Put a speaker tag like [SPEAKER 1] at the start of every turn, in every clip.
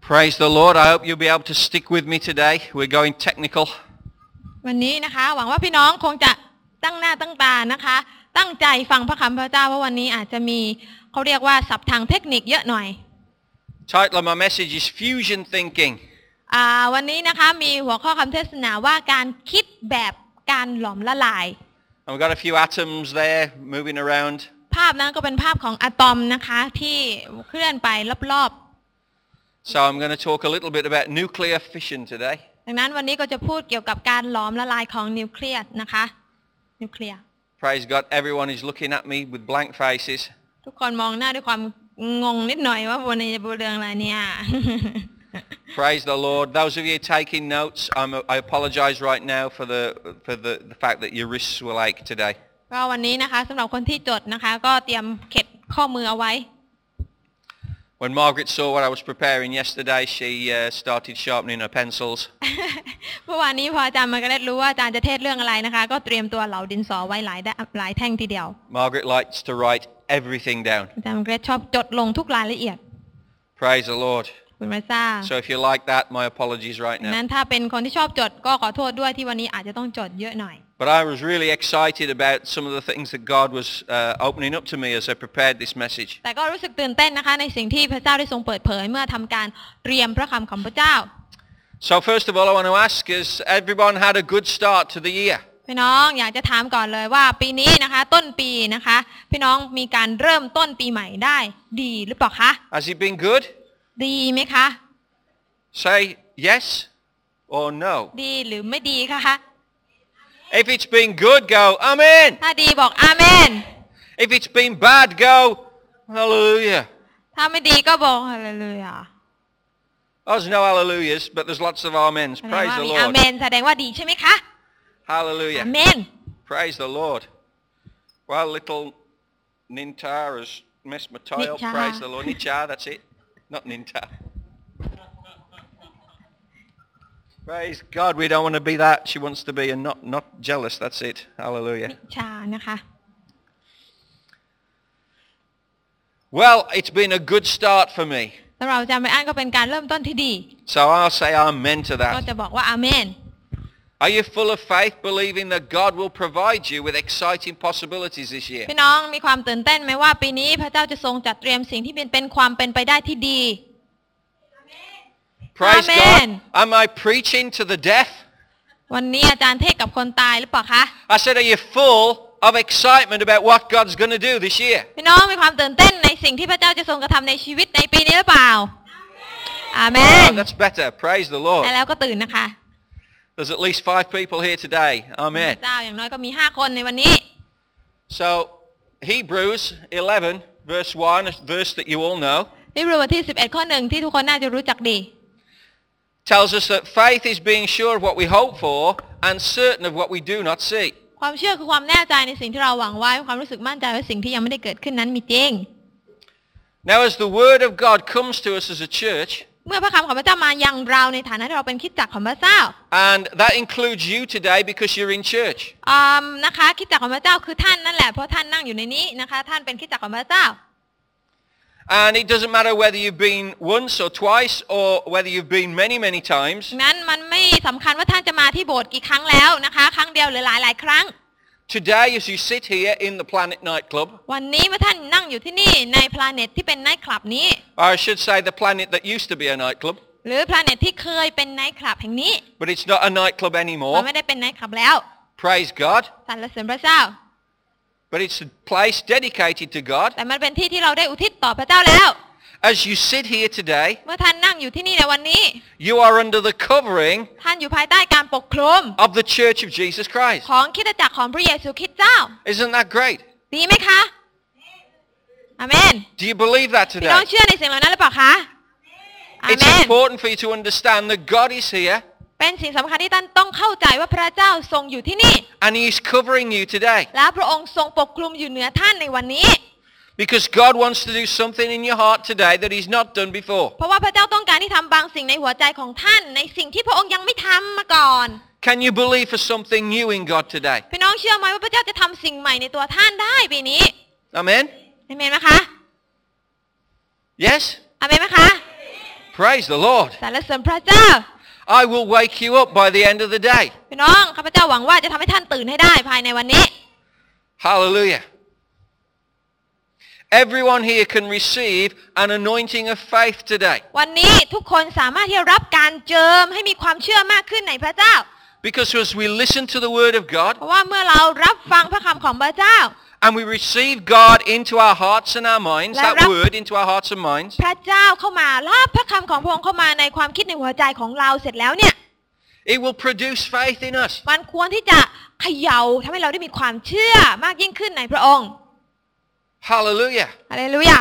[SPEAKER 1] Praise the Lord. I hope you'll be able to stick with me today. We're going technical.
[SPEAKER 2] วันนี้นะคะ หวังว่าพี่น้องคงจะตั้งหน้าตั้งตานะคะ ตั้งใจฟังพระคำพระเจ้าเพราะวันนี้อาจจะมีเขาเรียกว่าศัพท์ทางเทคนิคเยอะหน่อย
[SPEAKER 1] Title of my message is Fusion Thinking.
[SPEAKER 2] อ่าวันนี้นะคะมีหัวข้อคำเทศนาว่าการคิดแบบการหลอมละลาย
[SPEAKER 1] And we've got a few atoms there moving around.
[SPEAKER 2] ภาพนั้นก็เป็นภาพของอะตอมนะคะที่เคลื่อนไปรอบ
[SPEAKER 1] So I'm going to talk a little bit about nuclear fission today.
[SPEAKER 2] ๆ ดังนั้นวันนี้ก็จะพูดเกี่ยวกับการหลอมละลายของนิวเคลียสนะคะ นิวเคลียร์
[SPEAKER 1] Praise God. Everyone is looking at me with blank faces.
[SPEAKER 2] ทุกคนมองหน้าด้วยความงงนิดหน่อยว่าบนในบูเรืองอะไรเนี่ย
[SPEAKER 1] Praise the Lord. Those of you taking notes, I'm, I apologize right now for the, for the, the fact that your wrists will ache today.
[SPEAKER 2] ก็วันนี้นะคะสำหรับคนที่จดนะคะ ก็เตรียมเข็ดข้อมือเอาไว้
[SPEAKER 1] When Margaret saw what I was preparing yesterday, she uh, started sharpening her pencils.
[SPEAKER 2] เมื่อวานนี้พออาจารย์มาร์กาเร็ตรู้ว่าอาจารย์จะเทศเรื่องอะไรนะคะ ก็เตรียมตัวเหลาดินสอไว้หลายด้านหลายแท่งทีเดียว
[SPEAKER 1] Margaret likes to write everything down.
[SPEAKER 2] อาจารย์มาร์กาเร็ตชอบจดลงทุกรายละเอียด
[SPEAKER 1] Praise the Lord.
[SPEAKER 2] คุณพระเจ้า
[SPEAKER 1] So if you're like that, my apologies right
[SPEAKER 2] ดัง
[SPEAKER 1] now.
[SPEAKER 2] นั้นถ้าเป็นคนที่ชอบจดก็ขอโทษด้วยที่วันนี้อาจจะต้องจดเยอะหน่อย
[SPEAKER 1] But I was really excited about some of the things that God was uh, opening up to me as I prepared this message.
[SPEAKER 2] แต่ก็รู้สึกตื่นเต้นนะคะ ในสิ่งที่พระเจ้าได้ทรงเปิดเผยเมื่อทำการเตรียมพระคำของพระเจ้า
[SPEAKER 1] So first of all, I want to ask, has everyone had a good start to the year?
[SPEAKER 2] พี่น้องอยากจะถามก่อนเลยว่าปีนี้นะคะ ต้นปีนะคะ พี่น้องมีการเริ่มต้นปีใหม่ได้ดีหรือเปล่าคะ
[SPEAKER 1] Has it been good?
[SPEAKER 2] ดีไหมคะ
[SPEAKER 1] Say yes or no.
[SPEAKER 2] ดีหรือไม่ดีคะ
[SPEAKER 1] If it's been good, go amen.
[SPEAKER 2] ถ้าดีบอกอาเมน
[SPEAKER 1] If it's been bad, go hallelujah.
[SPEAKER 2] ถ้าไม่ดีก็บอกอะไรเลยอ่ะ
[SPEAKER 1] Oh, There's no hallelujahs, but there's lots of amens.
[SPEAKER 2] แสดง
[SPEAKER 1] Praise
[SPEAKER 2] ว่า
[SPEAKER 1] the
[SPEAKER 2] มีอา
[SPEAKER 1] Lord.
[SPEAKER 2] เมนแสดงว่าดีใช่ไหมคะอา
[SPEAKER 1] Hallelujah.
[SPEAKER 2] เมน
[SPEAKER 1] Praise the Lord. Well, little Nintar has messed my tie up.
[SPEAKER 2] Nintar.
[SPEAKER 1] Praise the Lord. Nintar, that's it. Not Nintar. Praise God. We don't want to be that. She wants to be and not, not jealous. That's it. Hallelujah.
[SPEAKER 2] ชานะคะ
[SPEAKER 1] Well, it's been a good start for me.
[SPEAKER 2] สำหรับอาจารย์ไบรอันก็เป็นการเริ่มต้นที่ดี
[SPEAKER 1] So I'll say amen to
[SPEAKER 2] ก็
[SPEAKER 1] that.
[SPEAKER 2] จะบอกว่าอาเมน
[SPEAKER 1] Are you full of faith, believing that God will provide you with exciting possibilities this year?
[SPEAKER 2] พี่น้องมีความตื่นเต้นไหมว่าปีนี้พระเจ้าจะทรงจัดเตรียมสิ่งที่เป็นเป็นความเป็นไปได้ที่ดี
[SPEAKER 1] Praise
[SPEAKER 2] Amen.
[SPEAKER 1] God. Am I preaching to the deaf?
[SPEAKER 2] วันนี้อาจารย์เทศกับคนตายหรือเปล่าคะ
[SPEAKER 1] I said, are you full of excitement about what God's going to do this year?
[SPEAKER 2] พี่น้องมีความตื่นเต้นในสิ่งที่พระเจ้าจะทรงกระทำในชีวิตในปีนี้หรือเปล่า อาเม
[SPEAKER 1] Oh,
[SPEAKER 2] น
[SPEAKER 1] that's better. Praise the Lord.
[SPEAKER 2] แล้วก็ตื่นนะคะ
[SPEAKER 1] There's at least five people here today.
[SPEAKER 2] พ
[SPEAKER 1] Amen.
[SPEAKER 2] ระเจ้าอย่างน้อยก็มี 5 คนในวันนี้
[SPEAKER 1] So, Hebrews 11, verse 1, a verse that you all know,
[SPEAKER 2] นี่รูบทที่ 11 ข้อหนึ่งที่ทุกคนน่าจะรู้จักดี
[SPEAKER 1] tells us that faith is being sure of what we hope for and certain of what we do not see.
[SPEAKER 2] ความเชื่อคือความแน่ใจในสิ่งที่เราหวังไว้ ความรู้สึกมั่นใจว่าสิ่งที่ยังไม่ได้เกิดขึ้นนั้นมีจริง
[SPEAKER 1] Now, as the word of God comes to us as a church,
[SPEAKER 2] เมื่อพระคำของพระเจ้ามายังเราในฐานะที่เราเป็นคริดจักรของพระเจ้า
[SPEAKER 1] and that includes you today because you're in church.
[SPEAKER 2] อืมนะคะคริดจักรของพระเจ้าคือท่านนั่นแหละเพราะท่านนั่งอยู่ในนี้นะคะ ท่านเป็นคริดจักรของพระเจ้า
[SPEAKER 1] And it doesn't matter whether you've been once or twice or whether you've been many, many times.
[SPEAKER 2] นั้นมันไม่สำคัญว่าท่านจะมาที่โบสถ์กี่ครั้งแล้วนะคะ ครั้งเดียวหรือหลายหลายๆครั้ง
[SPEAKER 1] Today, as you sit here in the Planet nightclub,
[SPEAKER 2] วันนี้เมื่อท่านนั่งอยู่ที่นี่ใน p l a n e t ที่เป็น Night Club นี้
[SPEAKER 1] or I should say the planet that used to be a nightclub,
[SPEAKER 2] หรือ p l a n e t ที่เคยเป็น Night Club แห่งนี้
[SPEAKER 1] but it's not a nightclub
[SPEAKER 2] มั
[SPEAKER 1] anymore.
[SPEAKER 2] นไม่ได้เป็น Night Club แล้ว
[SPEAKER 1] Praise God.
[SPEAKER 2] สรรเสริญพระเจ้า
[SPEAKER 1] But it's a place dedicated to God.
[SPEAKER 2] แต่มันเป็นที่ที่เราได้อุทิศต่อพระเจ้าแล้ว
[SPEAKER 1] As you sit here today,
[SPEAKER 2] เมื่อท่านนั่งอยู่ที่นี่ในวันนี้
[SPEAKER 1] you are under the covering
[SPEAKER 2] ท่านอยู่ภายใต้การปกคลุม
[SPEAKER 1] of the Church of Jesus Christ.
[SPEAKER 2] ของคริดจักรของพระเยซูคริสต์เจ้า
[SPEAKER 1] Isn't that great?
[SPEAKER 2] ดีไหมคะอาเมน
[SPEAKER 1] Do you believe that
[SPEAKER 2] พี่น้อง
[SPEAKER 1] today?
[SPEAKER 2] เชื่อในสิ่งเหล่านั้นหรือเปล่าคะอาเม
[SPEAKER 1] It's
[SPEAKER 2] น
[SPEAKER 1] important for you to understand that God is here
[SPEAKER 2] เป็นสิ่งสำคัญที่ท่านต้องเข้าใจว่าพระเจ้าทรงอยู่ที่นี่
[SPEAKER 1] and He is covering you today
[SPEAKER 2] และพระองค์ทรงปกคลุมอยู่เหนือท่านในวันนี้
[SPEAKER 1] because God wants to do something in your heart today that He's not done before.
[SPEAKER 2] เพราะว่าพระเจ้าต้องการที่ทำบางสิ่งในหัวใจของท่าน ในสิ่งที่พระองค์ยังไม่ทำมาก่อน
[SPEAKER 1] Can you believe for something new in God today?
[SPEAKER 2] พี่น้องเชื่อไหมว่าพระเจ้าจะทำสิ่งใหม่ในตัวท่านได้ปีนี้
[SPEAKER 1] Amen?
[SPEAKER 2] อาเมนไหมคะ
[SPEAKER 1] Yes?
[SPEAKER 2] อาเมนไหมคะ
[SPEAKER 1] Praise the Lord.
[SPEAKER 2] สรรเสริญพระเจ้า
[SPEAKER 1] I will wake you up by the end of the day.
[SPEAKER 2] พี่น้องข้าพเจ้าหวังว่าจะทำให้ท่านตื่นให้ได้ภายในวันนี้
[SPEAKER 1] Hallelujah. Everyone here can receive an anointing of faith today
[SPEAKER 2] วันนี้ทุกคนสามารถที่จะรับการเจิมให้มีความเชื่อมากขึ้นในพระเจ้า
[SPEAKER 1] because as we listen to the word of
[SPEAKER 2] เพ
[SPEAKER 1] God
[SPEAKER 2] ราะว่าเมื่อเรารับฟังพระคำของพระเจ้า
[SPEAKER 1] and we receive God into our hearts and our minds,
[SPEAKER 2] La
[SPEAKER 1] that
[SPEAKER 2] ra-
[SPEAKER 1] word into our hearts and minds,
[SPEAKER 2] พระเจ้าเข้ามารับพระคำของพระองค์เข้ามาในความคิดในหัวใจของเราเสร็จแล้วเนี่ย
[SPEAKER 1] it will produce faith in us.
[SPEAKER 2] มันควรที่จะเขย่าทำให้เราได้มีความเชื่อมากยิ่งขึ้นในพระองค์
[SPEAKER 1] Hallelujah.
[SPEAKER 2] อะไรรู้ยา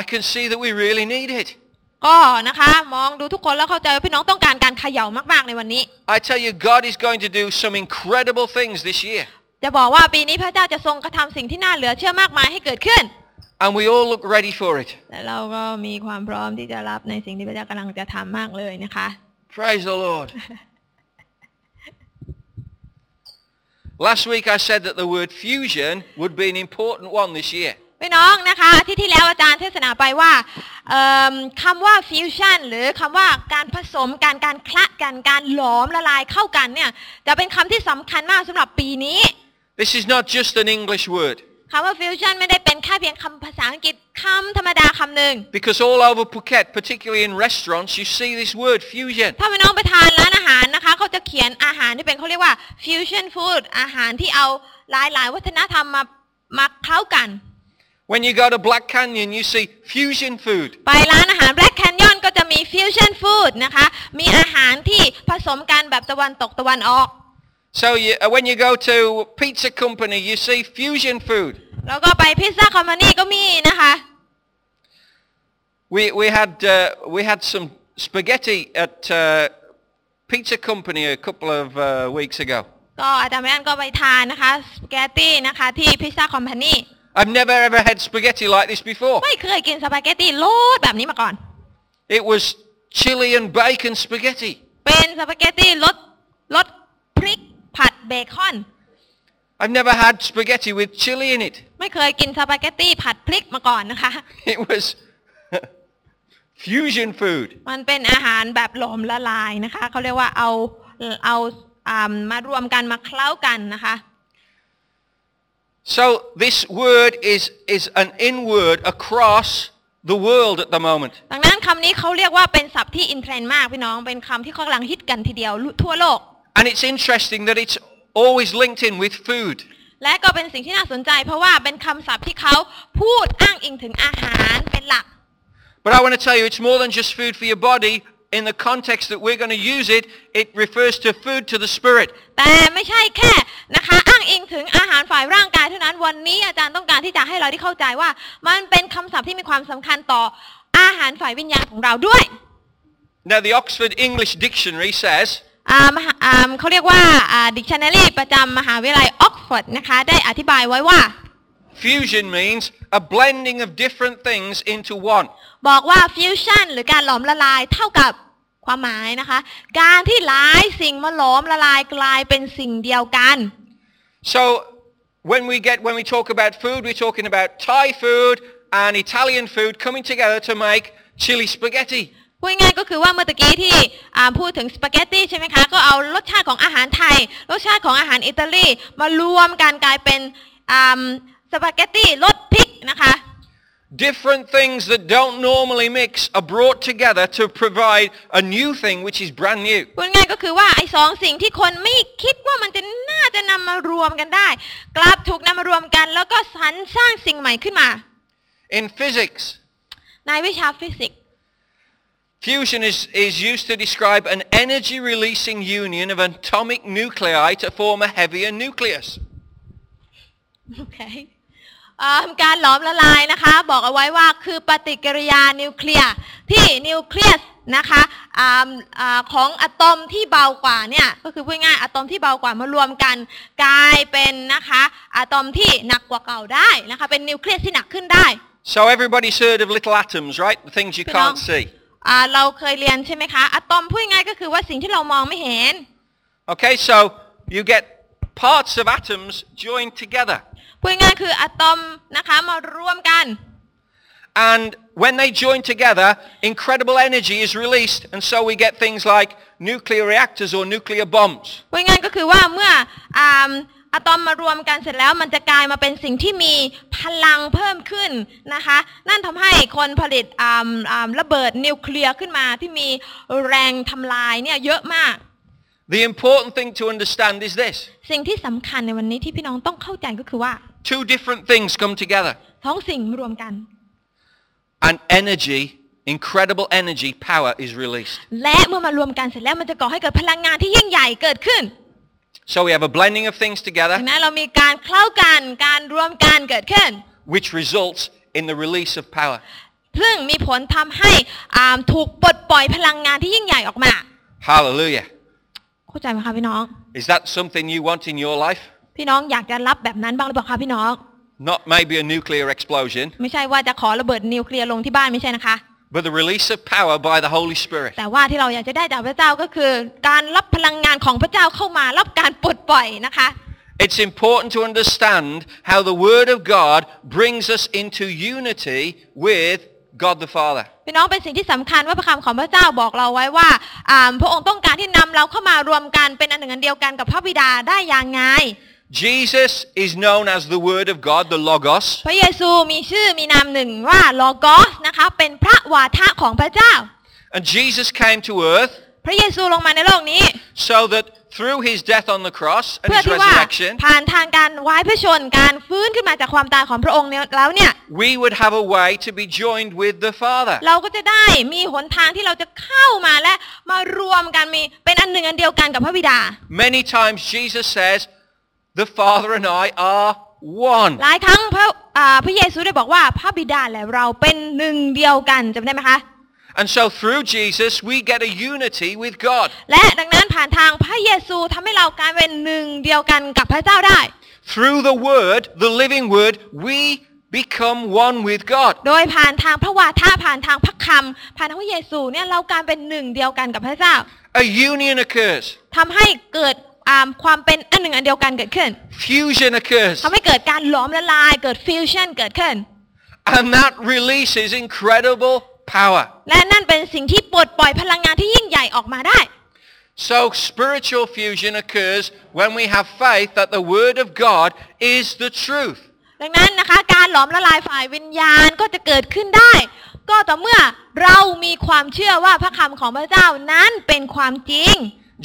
[SPEAKER 1] I can see that we really need it.
[SPEAKER 2] ก็นะคะ มองดูทุกคนแล้วเข้าใจว่าพี่น้องต้องการการเขย่ามากๆในวันนี้
[SPEAKER 1] I tell you, God is going to do some incredible things this year.
[SPEAKER 2] จะบอกว่าปีนี้พระเจ้าจะทรงกระทำสิ่งที่น่าเหลือเชื่อมากมายให้เกิดขึ้น
[SPEAKER 1] And we all look ready for it.
[SPEAKER 2] และเราก็มีความพร้อมที่จะรับในสิ่งที่พระเจ้ากำลังจะทำมากเลยนะคะ
[SPEAKER 1] Praise the Lord. Last week I said that the word fusion would be an important one this year.
[SPEAKER 2] พี่น้องนะคะอาที่ที่แล้วอาจารย์เทศนาไปว่าเอิ่มคำว่า fusion หรือคำว่าการผสมการการคละกันการหลอมละลายเข้ากันเนี่ยจะเป็นคำที่สำคัญมากสำหรับปีนี้
[SPEAKER 1] This is not just an English word
[SPEAKER 2] คำว่า fusion ไม่ได้เป็นแค่เพียงคำภาษาอังกฤษคำธรรมดาคำหนึ่ง
[SPEAKER 1] because all over Phuket, particularly in restaurants, you see this word fusion.
[SPEAKER 2] ถ้าพี่น้องไปทานร้านอาหารนะคะเขาจะเขียนอาหารที่เป็นเขาเรียกว่า fusion food อาหารที่เอาหลาย ๆ วัฒนธรรมมามาเข้ากัน
[SPEAKER 1] When you go to Black Canyon, you see fusion food.
[SPEAKER 2] ไปร้านอาหาร Black Canyon ก็จะมี fusion food นะคะ มีอาหารที่ผสมกันแบบตะวันตกตะวันออก
[SPEAKER 1] So you, uh, when you go to Pizza Company, you see fusion food.
[SPEAKER 2] แล้วก็ไปพิซซ่าคอมมานี่ก็มีนะคะ
[SPEAKER 1] We, we, had, uh, we had some spaghetti at uh, Pizza Company a couple of uh, weeks ago.
[SPEAKER 2] ก็อาจารย์แม่อันก็ไปทานนะคะสปาเกตตี้นะคะที่พิซซ่าคอมพานี
[SPEAKER 1] I've never ever had spaghetti like this before.
[SPEAKER 2] ไม่เคยกินสปาเกตตี้โลดแบบนี้มาก่อน
[SPEAKER 1] It was chili and bacon spaghetti.
[SPEAKER 2] เป็นสปาเกตตี้รสรสพริกผัดเบคอน
[SPEAKER 1] I've never had spaghetti with chili in it.
[SPEAKER 2] ไม่เคยกินสปาเกตตี้ผัดพริกมาก่อนนะคะ
[SPEAKER 1] It was fusion food.
[SPEAKER 2] มันเป็นอาหารแบบหลอมละลายนะคะ เขาเรียกว่าเอาเอาอ่ามารวมกันมาเคล้ากันนะคะ
[SPEAKER 1] So this word is, is an in word across the world at the moment.
[SPEAKER 2] ดังนั้นคำนี้เขาเรียกว่าเป็นศัพท์ที่อินเทรนด์มากพี่น้อง เป็นคำที่เขากำลังฮิตกันทีเดียวทั่วโลก
[SPEAKER 1] And it's interesting that it's always linked in with food.
[SPEAKER 2] และก็เป็นสิ่งที่น่าสนใจ เพราะว่าเป็นคำศัพท์ที่เขาพูดอ้างอิงถึงอาหารเป็นหลัก
[SPEAKER 1] But I want to tell you, it's more than just food for your body. In the context that we're going to use it, it refers to food to the spirit.
[SPEAKER 2] แต่ไม่ใช่แค่นะคะอ้างอิงถึงอาหารฝ่ายร่างกายเท่านั้นวันนี้อาจารย์ต้องการที่จะให้เราได้เข้าใจว่า มันเป็นคำศัพท์ที่มีความสำคัญต่ออาหารฝ่ายวิญญาณของเราด้วย
[SPEAKER 1] Now, the Oxford English Dictionary says
[SPEAKER 2] อ่ามหาอ่ามเขาเรียกว่าดิกชันนารีประจำมหาวิทยาลัยออกซฟอร์ดนะคะ ได้อธิบายไว้ว่า
[SPEAKER 1] Fusion means a blending of different things into one.
[SPEAKER 2] บอกว่าฟิวชั่นหรือการหลอมละลายเท่ากับความหมายนะคะ การที่หลายสิ่งมาหลอมละลายกลายเป็นสิ่งเดียวกัน
[SPEAKER 1] So when we get when we talk about food, we're talking about Thai food and Italian food coming together to make chili spaghetti.
[SPEAKER 2] พูดง่ายๆก็คือว่าเมื่อตะกี้ที่อ่าพูดถึงสปาเกตตี้ใช่ไหมคะ ก็เอารสชาติของอาหารไทย รสชาติของอาหารอิตาลีมารวมกันกลายเป็นอ่าสปาเกตตี้รสพริกนะคะ
[SPEAKER 1] Different things that don't normally mix are brought together to provide a new thing which is brand new.
[SPEAKER 2] พูดง่ายก็คือว่าไอ้สองสิ่งที่คนไม่คิดว่ามันจะน่าจะนำมารวมกันได้ กลับถูกนำมารวมกัน แล้วก็สรรสร้างสิ่งใหม่ขึ้นมา
[SPEAKER 1] In physics,
[SPEAKER 2] ในวิชาฟิสิกส์
[SPEAKER 1] fusion is, is used to describe an energy releasing union of atomic nuclei to form a heavier nucleus.
[SPEAKER 2] โอเคเอิ่มการหลอมละลายนะคะ บอกเอาไว้ว่าคือปฏิกิริยานิวเคลียร์ที่นิวเคลียสนะคะอ่าอ่าของอะตอมที่เบากว่าเนี่ยก็คือพูดง่ายอะตอมที่เบากว่ามารวมกัน กลายเป็นนะคะอะตอมที่หนักกว่าเก่าได้นะคะเป็นนิวเคลียสที่หนักขึ้นได้
[SPEAKER 1] So everybody's heard of little atoms, right? The things you
[SPEAKER 2] Been on.
[SPEAKER 1] can't see.
[SPEAKER 2] อ่าเราเคยเรียนใช่ไหมคะอะตอมพูดง่ายก็คือว่าสิ่งที่เรามองไม่เห็น
[SPEAKER 1] Okay, so you get parts of atoms joined together.
[SPEAKER 2] พูดง่ายคืออะตอมนะคะมารวมกัน
[SPEAKER 1] And when they join together, incredible energy is released. And so we get things like nuclear reactors or nuclear bombs.
[SPEAKER 2] พูดง่ายๆก็คือว่าเมื่ออ่าอะตอมมารวมกันเสร็จแล้วมันจะกลายมาเป็นสิ่งที่มีพลังเพิ่มขึ้นนะคะ นั่นทำให้คนผลิตอ่าอ่าระเบิดนิวเคลียร์ขึ้นมาที่มีแรงทำลายเนี่ยเยอะมาก
[SPEAKER 1] The important thing to understand is this.
[SPEAKER 2] สิ่งที่สำคัญในวันนี้ที่พี่น้องต้องเข้าใจก็คือว่า
[SPEAKER 1] Two different things come together.
[SPEAKER 2] สองสิ่งรวมกัน
[SPEAKER 1] And energy, incredible energy, power is released.
[SPEAKER 2] และเมื่อมารวมกันเสร็จแล้วมันจะก่อให้เกิดพลังงานที่ยิ่งใหญ่เกิดขึ้น
[SPEAKER 1] So we have a blending of things
[SPEAKER 2] ดัง
[SPEAKER 1] together,
[SPEAKER 2] นั้นเรามีการเคล้ากันการรวมกันเกิดขึ้น
[SPEAKER 1] which results in the release of power.
[SPEAKER 2] ซึ่งมีผลทำให้อ่าถูกปลดปล่อยพลังงานที่ยิ่งใหญ่ออกมา
[SPEAKER 1] Hallelujah.
[SPEAKER 2] เข้าใจไหมคะพี่น้อง
[SPEAKER 1] Is that something you want in your life?
[SPEAKER 2] พี่น้องอยากจะรับแบบนั้นบ้างหรือเปล่าคะพี่น้อง
[SPEAKER 1] Not maybe a nuclear explosion,
[SPEAKER 2] ไม่ใช่ว่าจะขอระเบิดนิวเคลียร์ลงที่บ้านไม่ใช่นะคะ
[SPEAKER 1] but the release of power by the Holy Spirit.
[SPEAKER 2] แต่ว่าที่เราอยากจะได้จากพระเจ้าก็คือ การรับพลังงานของพระเจ้าเข้ามารับการปลดปล่อยนะคะ
[SPEAKER 1] It's important to understand how the Word of God brings us into unity with God the Father.
[SPEAKER 2] พี่น้องเป็นสิ่งที่สำคัญว่าพระคำของพระเจ้าบอกเราไว้ว่าอ่าพระองค์ต้องการที่นำเราเข้ามารวมกันเป็นอันหนึ่งอันเดียวกันกับพระบิดาได้อย่างไง
[SPEAKER 1] Jesus is known as the Word of God, the Logos.
[SPEAKER 2] พระเยซูมีชื่อมีนามหนึ่งว่าลอกอสนะคะเป็นพระวาทะของพระเจ้า
[SPEAKER 1] And Jesus came to earth
[SPEAKER 2] พระเยซูลงมาในโลกนี้
[SPEAKER 1] so that through his death on the cross and
[SPEAKER 2] เพื่อ
[SPEAKER 1] his
[SPEAKER 2] ที่ว่า
[SPEAKER 1] resurrection,
[SPEAKER 2] ผ่านทางการวายพระชนการฟื้นขึ้นมาจากความตายของพระองค์เนี่ยแล้วเนี่ย
[SPEAKER 1] we would have a way to be joined with the Father.
[SPEAKER 2] เราก็จะได้มีหนทางที่เราจะเข้ามาและมารวมกันมีเป็นอันหนึ่งอันเดียวกันกับพระบิดา
[SPEAKER 1] Many times Jesus says, the Father and I are one.
[SPEAKER 2] หลายครั้งพระอ่าพระเยซูได้บอกว่าพระบิดาและเราเป็นหนึ่งเดียวกันจำได้ไหมคะ
[SPEAKER 1] And so through Jesus, we get a unity with God.
[SPEAKER 2] และดังนั้นผ่านทางพระเยซูทำให้เรากลายเป็นหนึ่งเดียวกันกับพระเจ้าได้
[SPEAKER 1] Through the Word, the living Word, we become one with God.
[SPEAKER 2] โดยผ่านทางพระวาทะผ่านทางพระคำผ่านทางพระเยซูเนี่ยเรากลายเป็นหนึ่งเดียวกันกับพระเจ้า
[SPEAKER 1] A union occurs.
[SPEAKER 2] ทำให้เกิดอ่าความเป็นอันหนึ่งอันเดียวกันเกิดขึ้น
[SPEAKER 1] Fusion occurs.
[SPEAKER 2] ทำให้เกิดการหลอมละลายเกิดฟิวชั่นเกิดขึ้น
[SPEAKER 1] And that releases incredible power.
[SPEAKER 2] และนั่นเป็นสิ่งที่ปลดปล่อยพลังงานที่ยิ่งใหญ่ออกมาได้
[SPEAKER 1] So spiritual fusion occurs when we have faith that the Word of God is the truth.
[SPEAKER 2] ดังนั้นนะคะ การหลอมละลายฝ่ายวิญญาณก็จะเกิดขึ้นได้ ก็ต่อเมื่อเรามีความเชื่อว่าพระคำของพระเจ้านั้นเป็นความจริง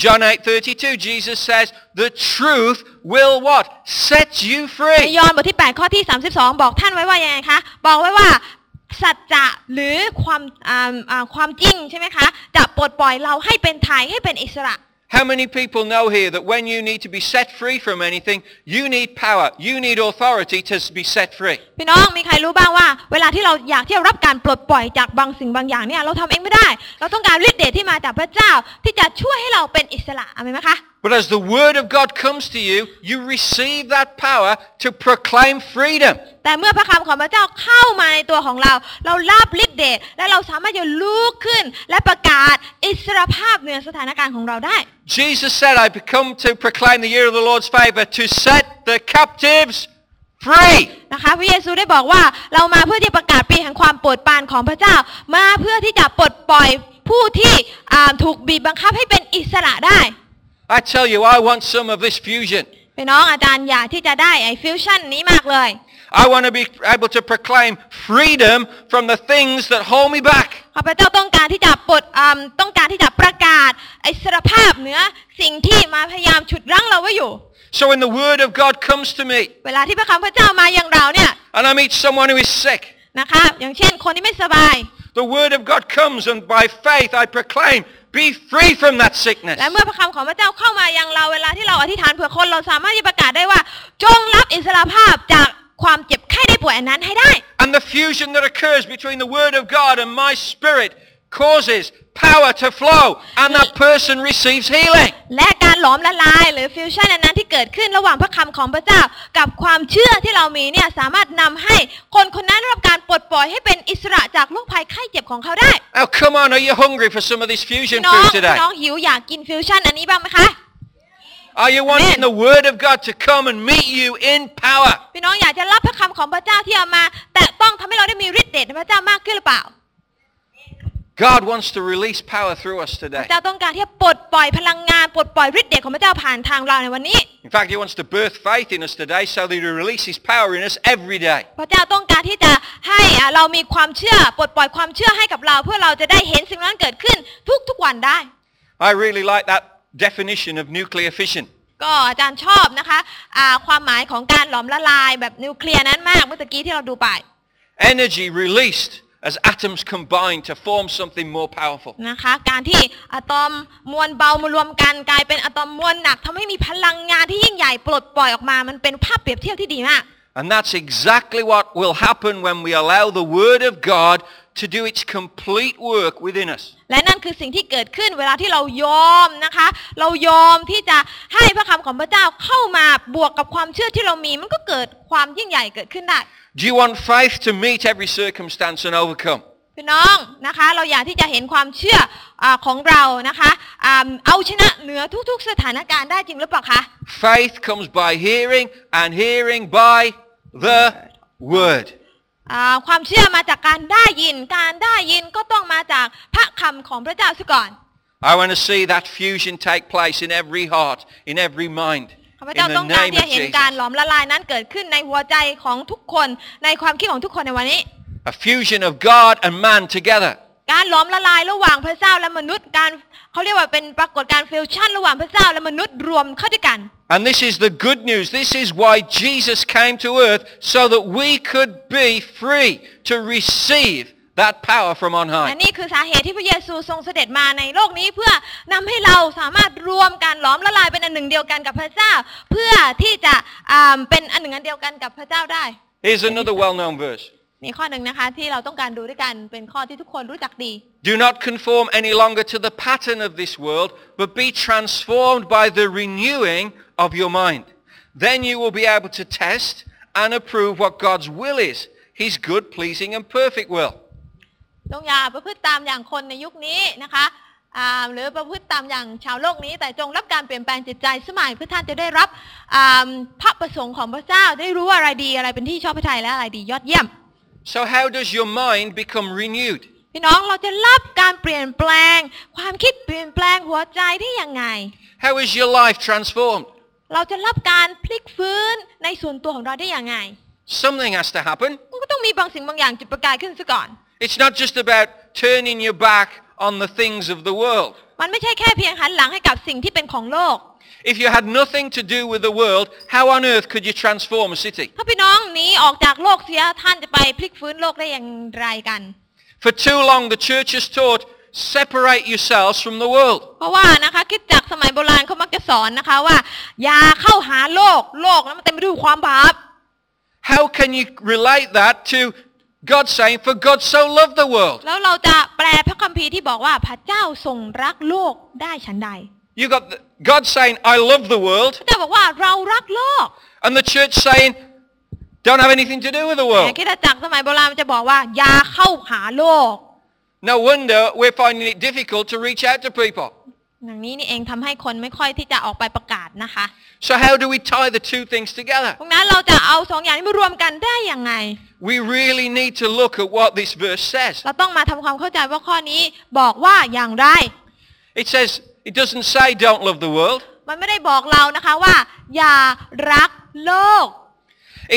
[SPEAKER 1] John 8:32 Jesus says, "The truth will what? Set you
[SPEAKER 2] ใน
[SPEAKER 1] free."
[SPEAKER 2] ยอห์นบทที่ 8 ข้อที่ 32 บอกท่านไว้ว่ายังไงคะ บอกไว้ว่าสัจจะหรือความอ่าอ่าความจริงใช่ไหมคะ จะปลดปล่อยเราให้เป็นไทยให้เป็นอิสระ
[SPEAKER 1] How many people know here that when you need to be set free from anything, you need power, you need authority to be set free?
[SPEAKER 2] พี่น้องมีใครรู้บ้างว่า เวลาที่เราอยากที่จะรับการปลดปล่อยจากบางสิ่งบางอย่างเนี่ยเราทำเองไม่ได้ เราต้องการฤทธิ์เดชที่มาจากพระเจ้า ที่จะช่วยให้เราเป็นอิสระอาเมนไหมคะ
[SPEAKER 1] But as the word of God comes to you, you receive that power to proclaim freedom.
[SPEAKER 2] แต่เมื่อพระคำของพระเจ้าเข้ามาในตัวของเรา เรารับฤทธิ์เดชและเราสามารถจะลุกขึ้น และประกาศอิสรภาพเหนือสถานการณ์ของเราได้
[SPEAKER 1] Jesus said, "I come to proclaim the year of the Lord's favor to set the captives free."
[SPEAKER 2] นะคะพระเยซูได้บอกว่าเรามาเพื่อที่จะประกาศปีแห่งความโปรดปรานของพระเจ้า มาเพื่อที่จะปลดปล่อยผู้ที่อ่าถูกบีบบังคับให้เป็นอิสระได้
[SPEAKER 1] I tell you, I want some of this fusion.
[SPEAKER 2] พี่น้องอาจารย์อยากที่จะได้ไอฟิวชั่นนี้มากเลย
[SPEAKER 1] I want to be able to proclaim freedom from the things that hold me back.
[SPEAKER 2] ข้าพเจ้าต้องการที่จะปลดอ่าต้องการที่จะประกาศอิสรภาพเหนือสิ่งที่มาพยายามฉุดรั้งเราไว้อยู่
[SPEAKER 1] So when the word of God comes to me
[SPEAKER 2] เวลาที่พระคำพระเจ้ามาอย่างเราเนี่ย
[SPEAKER 1] and I meet someone who is sick,
[SPEAKER 2] นะคะอย่างเช่นคนที่ไม่สบาย
[SPEAKER 1] the word of God comes and by faith I proclaim, be free from that sickness.
[SPEAKER 2] และเมื่อพระคำของพระเจ้าเข้ามายังเราเวลาที่เราอธิษฐานเผื่อคนเราสามารถที่ประกาศได้ว่า จงรับอิสรภาพจากความเจ็บไข้ได้ป่วยอันนั้นให้ได้
[SPEAKER 1] And the fusion that occurs between the word of God and my spirit causes power to flow and that person receives healing.
[SPEAKER 2] และการหลอมละลายหรือฟิวชั่นอันนั้นที่เกิดขึ้นระหว่างพระคำของพระเจ้า กับความเชื่อที่เรามีเนี่ยสามารถนำให้คนคนนั้นได้รับการปลดปล่อยให้เป็นอิสระจากโรคภัยไข้เจ็บของเขาได้
[SPEAKER 1] Now come on, are you hungry for some of this fusion
[SPEAKER 2] พี่น้อง
[SPEAKER 1] food
[SPEAKER 2] พี่
[SPEAKER 1] today?
[SPEAKER 2] น้องหิวอยากกินฟิวชั่นอันนี้บ้างไหมคะ
[SPEAKER 1] Are you wanting
[SPEAKER 2] Amen.
[SPEAKER 1] the word of God to come and meet you in power?
[SPEAKER 2] พี่น้องอยากจะรับพระคำของพระเจ้าที่เอามา แตะต้อง ทำให้เราได้มีฤทธิ์เดชในพระเจ้ามากขึ้นหรือเปล่า
[SPEAKER 1] God wants to release power through us
[SPEAKER 2] พ
[SPEAKER 1] today.
[SPEAKER 2] ระเจ้าต้องการที่จะปลดปล่อยพลังงานปลดปล่อยฤทธิ์เดชของพระเจ้าผ่านทางเราในวันนี้
[SPEAKER 1] In fact, he wants to birth faith in us today so that he releases power in us every day.
[SPEAKER 2] พระเจ้าต้องการที่จะให้อ่าเรามีความเชื่อปลดปล่อยความเชื่อให้กับเรา เพื่อเราจะได้เห็นสิ่งนั้นเกิดขึ้นทุกๆวันได้
[SPEAKER 1] I really like that definition of nuclear fission.
[SPEAKER 2] ก็อาจารย์ชอบนะคะอ่าความหมายของการหลอมละลายแบบนิวเคลียร์นั้นมากเมื่อตะกี้ที่เราดูไป
[SPEAKER 1] Energy released as atoms combine to form something more powerful.
[SPEAKER 2] นะคะการที่อะตอมมวลเบามารวมกันกลายเป็นอะตอมมวลหนักทำให้มีพลังงานที่ยิ่งใหญ่ปลดปล่อยออกมา มันเป็นภาพเปรียบเทียบที่ดีมาก
[SPEAKER 1] And that's exactly what will happen when we allow the Word of God to do its complete work within us.
[SPEAKER 2] และนั่นคือสิ่งที่เกิดขึ้นเวลาที่เรายอมนะคะ เรายอมที่จะให้พระคำของพระเจ้าเข้ามาบวกกับความเชื่อที่เรามีมันก็เกิดความยิ่งใหญ่เกิดขึ้นได้
[SPEAKER 1] Do you want faith to meet every circumstance and overcome?
[SPEAKER 2] พี่น้องนะคะ เราอยากที่จะเห็นความเชื่ออาของเรานะคะอ่าเอาชนะเหนือทุกๆสถานการณ์ได้จริงหรือเปล่าคะ
[SPEAKER 1] Faith comes by hearing, and hearing by the Word.
[SPEAKER 2] อ่าความเชื่อมาจากการได้ยิน การได้ยินก็ต้องมาจากพระคำของพระเจ้าซะก่อน
[SPEAKER 1] I want to see that fusion take place in every heart, in every mind.
[SPEAKER 2] ข้าพ
[SPEAKER 1] In
[SPEAKER 2] เจ้า
[SPEAKER 1] the
[SPEAKER 2] ต้องการ
[SPEAKER 1] name
[SPEAKER 2] ที่จะ
[SPEAKER 1] of
[SPEAKER 2] เห็นการ
[SPEAKER 1] Jesus.
[SPEAKER 2] หลอมละลายนั้นเกิดขึ้นในหัวใจของทุกคน ในความคิดของทุกคนในวันนี้
[SPEAKER 1] A fusion of God and man together.
[SPEAKER 2] การหลอมละลายระหว่างพระเจ้าและมนุษย์การเขาเรียกว่าเป็นปรากฏการณ์ฟิวชั่นระหว่างพระเจ้าและมนุษย์รวมเข้าด้วยกัน
[SPEAKER 1] And this is the good news. This is why Jesus came to earth so that we could be free to receive that power from on
[SPEAKER 2] และ
[SPEAKER 1] high.
[SPEAKER 2] นี่คือสาเหตุที่พระเยซูทรงเสด็จมาในโลกนี้เพื่อนำให้เราสามารถรวมการหลอมละลายเป็นอันหนึ่งเดียวกันกับพระเจ้า เพื่อที่จะอ่าเป็นอันหนึ่งอันเดียวกันกับพระเจ้าได้
[SPEAKER 1] Here's another well-known verse.
[SPEAKER 2] มีข้อหนึ่งนะคะที่เราต้องการดูด้วยกันเป็นข้อที่ทุกคนรู้จักดี
[SPEAKER 1] Do not conform any longer to the pattern of this world, but be transformed by the renewing of your mind. Then you will be able to test and approve what God's will is, his good, pleasing and perfect will.
[SPEAKER 2] ต้องอย่าประพฤติตามอย่างคนในยุคนี้นะคะอ่าหรือประพฤติตามอย่างชาวโลกนี้ แต่จงรับการเปลี่ยนแปลงจิตใจสมัยเพื่อท่านจะได้รับอ่าพระประสงค์ของพระเจ้าได้รู้ว่าอะไรดีอะไรเป็นที่ชอบพระทัยและอะไรดียอดเยี่ยม
[SPEAKER 1] So how does your mind become renewed?
[SPEAKER 2] พี่น้องเราจะรับการเปลี่ยนแปลง ความคิดเปลี่ยนแปลงหัวใจได้ยังไง
[SPEAKER 1] How is your life transformed?
[SPEAKER 2] เราจะรับการพลิกฟื้นในส่วนตัวของเราได้ยังไง
[SPEAKER 1] Something has to happen.
[SPEAKER 2] มันก็ต้องมีบางสิ่งบางอย่างจุดประกายขึ้นซะก่อน
[SPEAKER 1] It's not just about turning your back on the things of the world.
[SPEAKER 2] มันไม่ใช่แค่เพียงหันหลังให้กับสิ่งที่เป็นของโลก
[SPEAKER 1] If you had nothing to do with the world, how on earth could you transform a city?
[SPEAKER 2] ถ้าพี่น้องหนีออกจากโลกเสียท่านจะไปพลิกฟื้นโลกได้อย่างไรกัน
[SPEAKER 1] For too long, the church has taught, separate yourselves from the world.
[SPEAKER 2] เพราะว่านะคะคริดจักรสมัยโบราณเขามักจะสอนนะคะว่า อย่าเข้าหาโลกโลกนั้นมันเต็มไปด้วยความบาป
[SPEAKER 1] How can you relate that to God saying, for God so loved the world?
[SPEAKER 2] แล้วเราจะแปลพระคัมภีร์ที่บอกว่าพระเจ้าทรงรักโลกได้ฉันใด
[SPEAKER 1] You got the, God saying, I love the world,
[SPEAKER 2] พระเจ้าบอกว่าเรารักโลก
[SPEAKER 1] and the church saying, don't have anything to do with the
[SPEAKER 2] แต่
[SPEAKER 1] world.
[SPEAKER 2] คริดจักรสมัยโบราณมันจะบอกว่า อย่าเข้าหาโลก
[SPEAKER 1] No wonder we're finding it difficult to reach out to people.
[SPEAKER 2] อย่างนี้นี่เองทำให้คนไม่ค่อยที่จะออกไปประกาศนะคะ
[SPEAKER 1] So how do we tie the two things together?
[SPEAKER 2] เพราะงั้นเราจะเอาสองอย่างนี้มารวมกันได้ยังไง
[SPEAKER 1] We really need to look at what this verse says.
[SPEAKER 2] เราต้องมาทำความเข้าใจว่าข้อนี้บอกว่าอย่างไร
[SPEAKER 1] It says, it doesn't say don't love the world.
[SPEAKER 2] มันไม่ได้บอกเรานะคะว่า อย่ารักโลก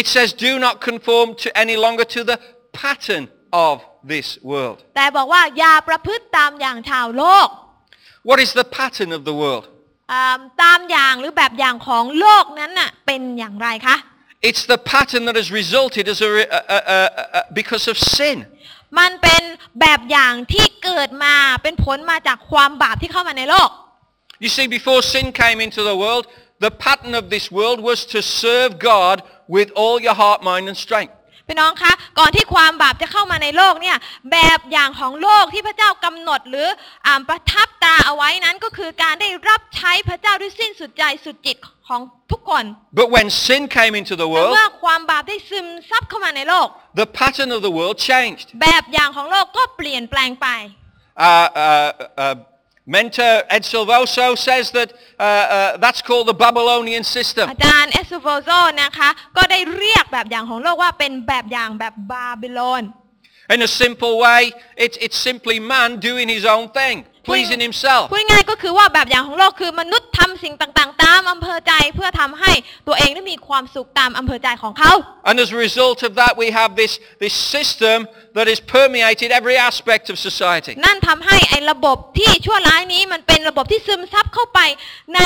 [SPEAKER 1] It says do not conform to any longer to the pattern of this world.
[SPEAKER 2] แต่บอกว่าอย่าประพฤติตามอย่างชาวโลก
[SPEAKER 1] What is the pattern of the world?
[SPEAKER 2] อ่าตามอย่างหรือแบบอย่างของโลกนั้นน่ะเป็นอย่างไรคะ
[SPEAKER 1] It's the pattern that has resulted as a, re- uh, uh, uh, uh, because of sin.
[SPEAKER 2] มันเป็นแบบอย่างที่เกิดมาเป็นผลมาจากความบาปที่เข้ามาในโลก
[SPEAKER 1] You see, before sin came into the world, the pattern of this world was to serve God with all your heart, mind and strength.
[SPEAKER 2] พี่น้องคะ ก่อนที่ความบาปจะเข้ามาในโลกเนี่ย แบบอย่างของโลกที่พระเจ้ากำหนดหรืออ่าประทับตราเอาไว้นั้นก็คือการได้รับใช้พระเจ้าด้วยสิ้นสุดใจสุดจิตของทุกคน
[SPEAKER 1] But when sin came into the
[SPEAKER 2] แต่
[SPEAKER 1] world,
[SPEAKER 2] เมื่อความบาปได้ซึมซับเข้ามาในโลก
[SPEAKER 1] the pattern of the world changed.
[SPEAKER 2] แบบอย่างของโลกก็เปลี่ยนแปลงไป
[SPEAKER 1] uh, uh, uh, Mentor Ed Silvoso says that uh, uh, that's called the Babylonian system.
[SPEAKER 2] อาจารย์เอสโฟโซนะคะก็ได้เรียกแบบอย่างของโลกว่าเป็นแบบอย่างแบบบาบิโลน
[SPEAKER 1] In a simple way, it, it's simply man doing his own thing, pleasing himself.
[SPEAKER 2] พูดง่ายๆก็คือว่าแบบอย่างของโลกคือมนุษย์ทำสิ่งต่างๆ ตามอำเภอใจเพื่อทำให้ตัวเองได้มีความสุขตามอำเภอใจของเขา
[SPEAKER 1] And as a result of that, we have this, this system that has permeated every aspect of society.
[SPEAKER 2] นั่นทำให้ไอ้ระบบที่ชั่วร้ายนี้มันเป็นระบบที่ซึมซับเข้าไปใน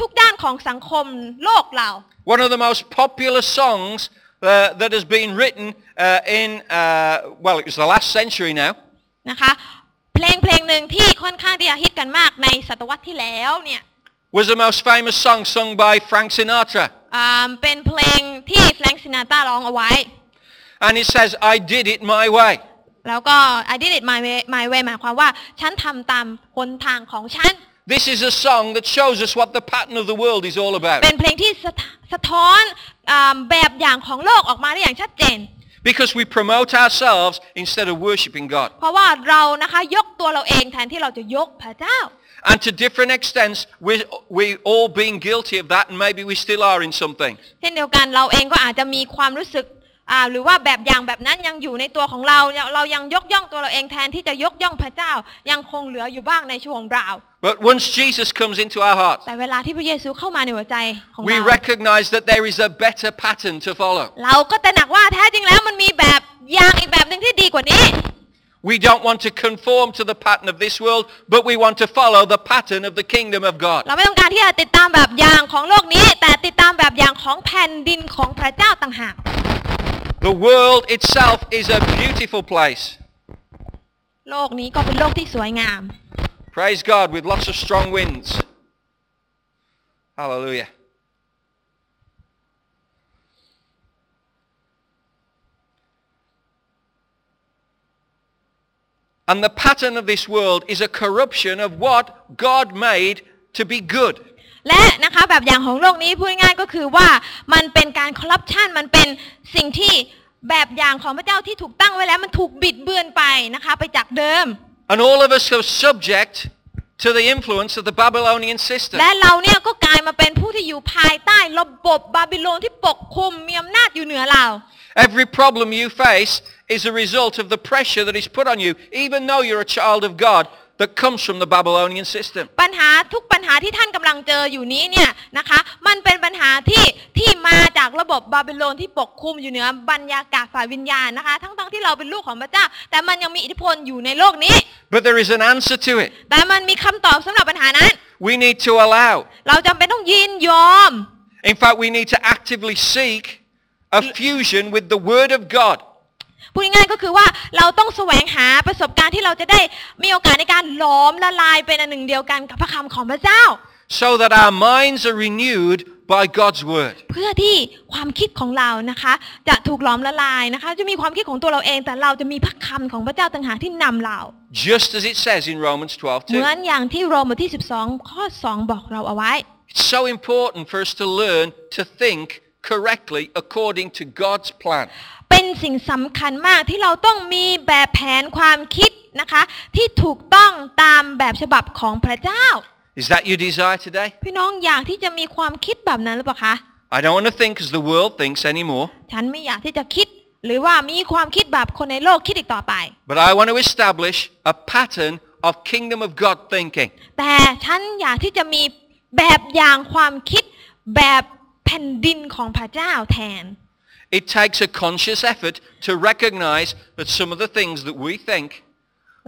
[SPEAKER 2] ทุกๆด้านของสังคมโลกเรา
[SPEAKER 1] One of the most popular songs uh, that has been written uh, in, uh, well, it was the last century now,
[SPEAKER 2] นะคะ เพลงเพลงหนึ่งที่ค่อนข้างที่จะฮิตกันมากในศตวรรษที่แล้วเนี่ย
[SPEAKER 1] was the most famous song sung by Frank Sinatra.
[SPEAKER 2] อ่าเป็นเพลงที่แฟรงค์ซินาตาร้องเอาไว้
[SPEAKER 1] And it says, I did it my way.
[SPEAKER 2] แล้วก็ I did it my way my way หมายความว่า ฉันทำตามหนทางของฉัน
[SPEAKER 1] This is a song that shows us what the pattern of the world is all about.
[SPEAKER 2] เป็นเพลงที่สะทสะท้อนอ่าแบบอย่างของโลกออกมาได้อย่างชัดเจน
[SPEAKER 1] Because we promote ourselves instead of worshipping God.
[SPEAKER 2] เพราะว่าเรานะคะยกตัวเราเองแทนที่เราจะยกพระเจ้า
[SPEAKER 1] And to different extents, we we all being guilty of that, and maybe we still are in some things.
[SPEAKER 2] เช่นเดียวกันเราเองก็อาจจะมีความรู้สึกอ่าหรือว่าแบบอย่างแบบนั้นยังอยู่ในตัวของเราเนี่ยเรายังยกย่องตัวเราเองแทนที่จะยกย่องพระเจ้า ยังคงเหลืออยู่บ้างในช่วงเรา
[SPEAKER 1] But once Jesus comes into our hearts,
[SPEAKER 2] แต่เวลาที่พระเยซูเข้ามาในหัวใจของ
[SPEAKER 1] we
[SPEAKER 2] เรา
[SPEAKER 1] recognize that there is a better pattern to follow.
[SPEAKER 2] เราก็ตระหนักว่าแท้จริงแล้วมันมีแบบอย่างอีกแบบหนึ่งที่ดีกว่านี้
[SPEAKER 1] We don't want to conform to the pattern of this world, but we want to follow the pattern of the kingdom of God.
[SPEAKER 2] เราไม่ต้องการที่จะติดตามแบบอย่างของโลกนี้ แต่ติดตามแบบอย่างของแผ่นดินของพระเจ้าต่างหาก
[SPEAKER 1] The world itself is a beautiful place.
[SPEAKER 2] โลกนี้ก็เป็นโลกที่สวยงาม
[SPEAKER 1] Praise God with lots of strong winds. Hallelujah. And the pattern of this world is a corruption of what God made to be good.
[SPEAKER 2] และนะคะแบบอย่างของโลกนี้พูดง่ายๆก็คือว่ามันเป็นการคอร์รัปชันมันเป็นสิ่งที่แบบอย่างของพระเจ้าที่ถูกตั้งไว้แล้วมันถูกบิดเบือนไปนะคะไปจากเดิม
[SPEAKER 1] And all of us are subject to the influence of the Babylonian system.
[SPEAKER 2] และเราเนี่ยก็กลายมาเป็นผู้ที่อยู่ภายใต้ระบบบาบิโลนที่ปกคลุมมีอำนาจอยู่เหนือเรา
[SPEAKER 1] Every problem you face is a result of the pressure that is put on you, even though you're a child of God, that comes from the Babylonian system.
[SPEAKER 2] ปัญหาทุกปัญหาที่ท่านกำลังเจออยู่นี้เนี่ยนะคะ มันเป็นปัญหาที่ที่มาจากระบบบาบิโลนที่ปกคลุมอยู่เหนือบรรยากาศฝ่ายวิญญาณนะคะ ทั้งๆที่เราเป็นลูกของพระเจ้า แต่มันยังมีอิทธิพลอยู่ในโลกนี้
[SPEAKER 1] But there is an answer to it.
[SPEAKER 2] แต่มันมีคำตอบสำหรับปัญหานั้น
[SPEAKER 1] We need to allow.
[SPEAKER 2] เราจำเป็นต้องยินยอม
[SPEAKER 1] In fact, we need to actively seek a fusion with the Word of God.
[SPEAKER 2] พูดง่ายๆก็คือว่าเราต้องแสวงหาประสบการณ์ที่เราจะได้มีโอกาสในการหลอมละลายเป็นอันหนึ่งเดียวกันกับพระคำของพระเจ้า
[SPEAKER 1] So that our minds are renewed by God's word.
[SPEAKER 2] เพื่อที่ความคิดของเรานะคะ จะถูกหล้อมละลายนะคะ จะมีความคิดของตัวเราเอง แต่เราจะมีพระคำของพระเจ้าต่างหากที่นำเรา
[SPEAKER 1] Just as it says in Romans 12
[SPEAKER 2] เหมือน
[SPEAKER 1] too.
[SPEAKER 2] อย่างที่โรมบทที่ 12 ข้อ 2 บอกเราเอาไว้
[SPEAKER 1] It's so important for us to learn to think correctly according to God's plan.
[SPEAKER 2] เป็นสิ่งสำคัญมากที่เราต้องมีแบบแผนความคิดนะคะ ที่ถูกต้องตามแบบฉบับของพระเจ้า
[SPEAKER 1] Is that your desire today?
[SPEAKER 2] พี่น้องอยากที่จะมีความคิดแบบนั้นหรือเปล่าคะ
[SPEAKER 1] I don't want to think as the world thinks anymore,
[SPEAKER 2] ฉันไม่อยากที่จะคิด หรือว่ามีความคิดแบบคนในโลกคิดอีกต่อไป
[SPEAKER 1] but I want to establish a pattern of kingdom of God thinking.
[SPEAKER 2] แต่ฉันอยากที่จะมีแบบอย่างความคิดแบบแผ่นดินของพระเจ้าแทน
[SPEAKER 1] It takes a conscious effort to recognize that some of the things that we think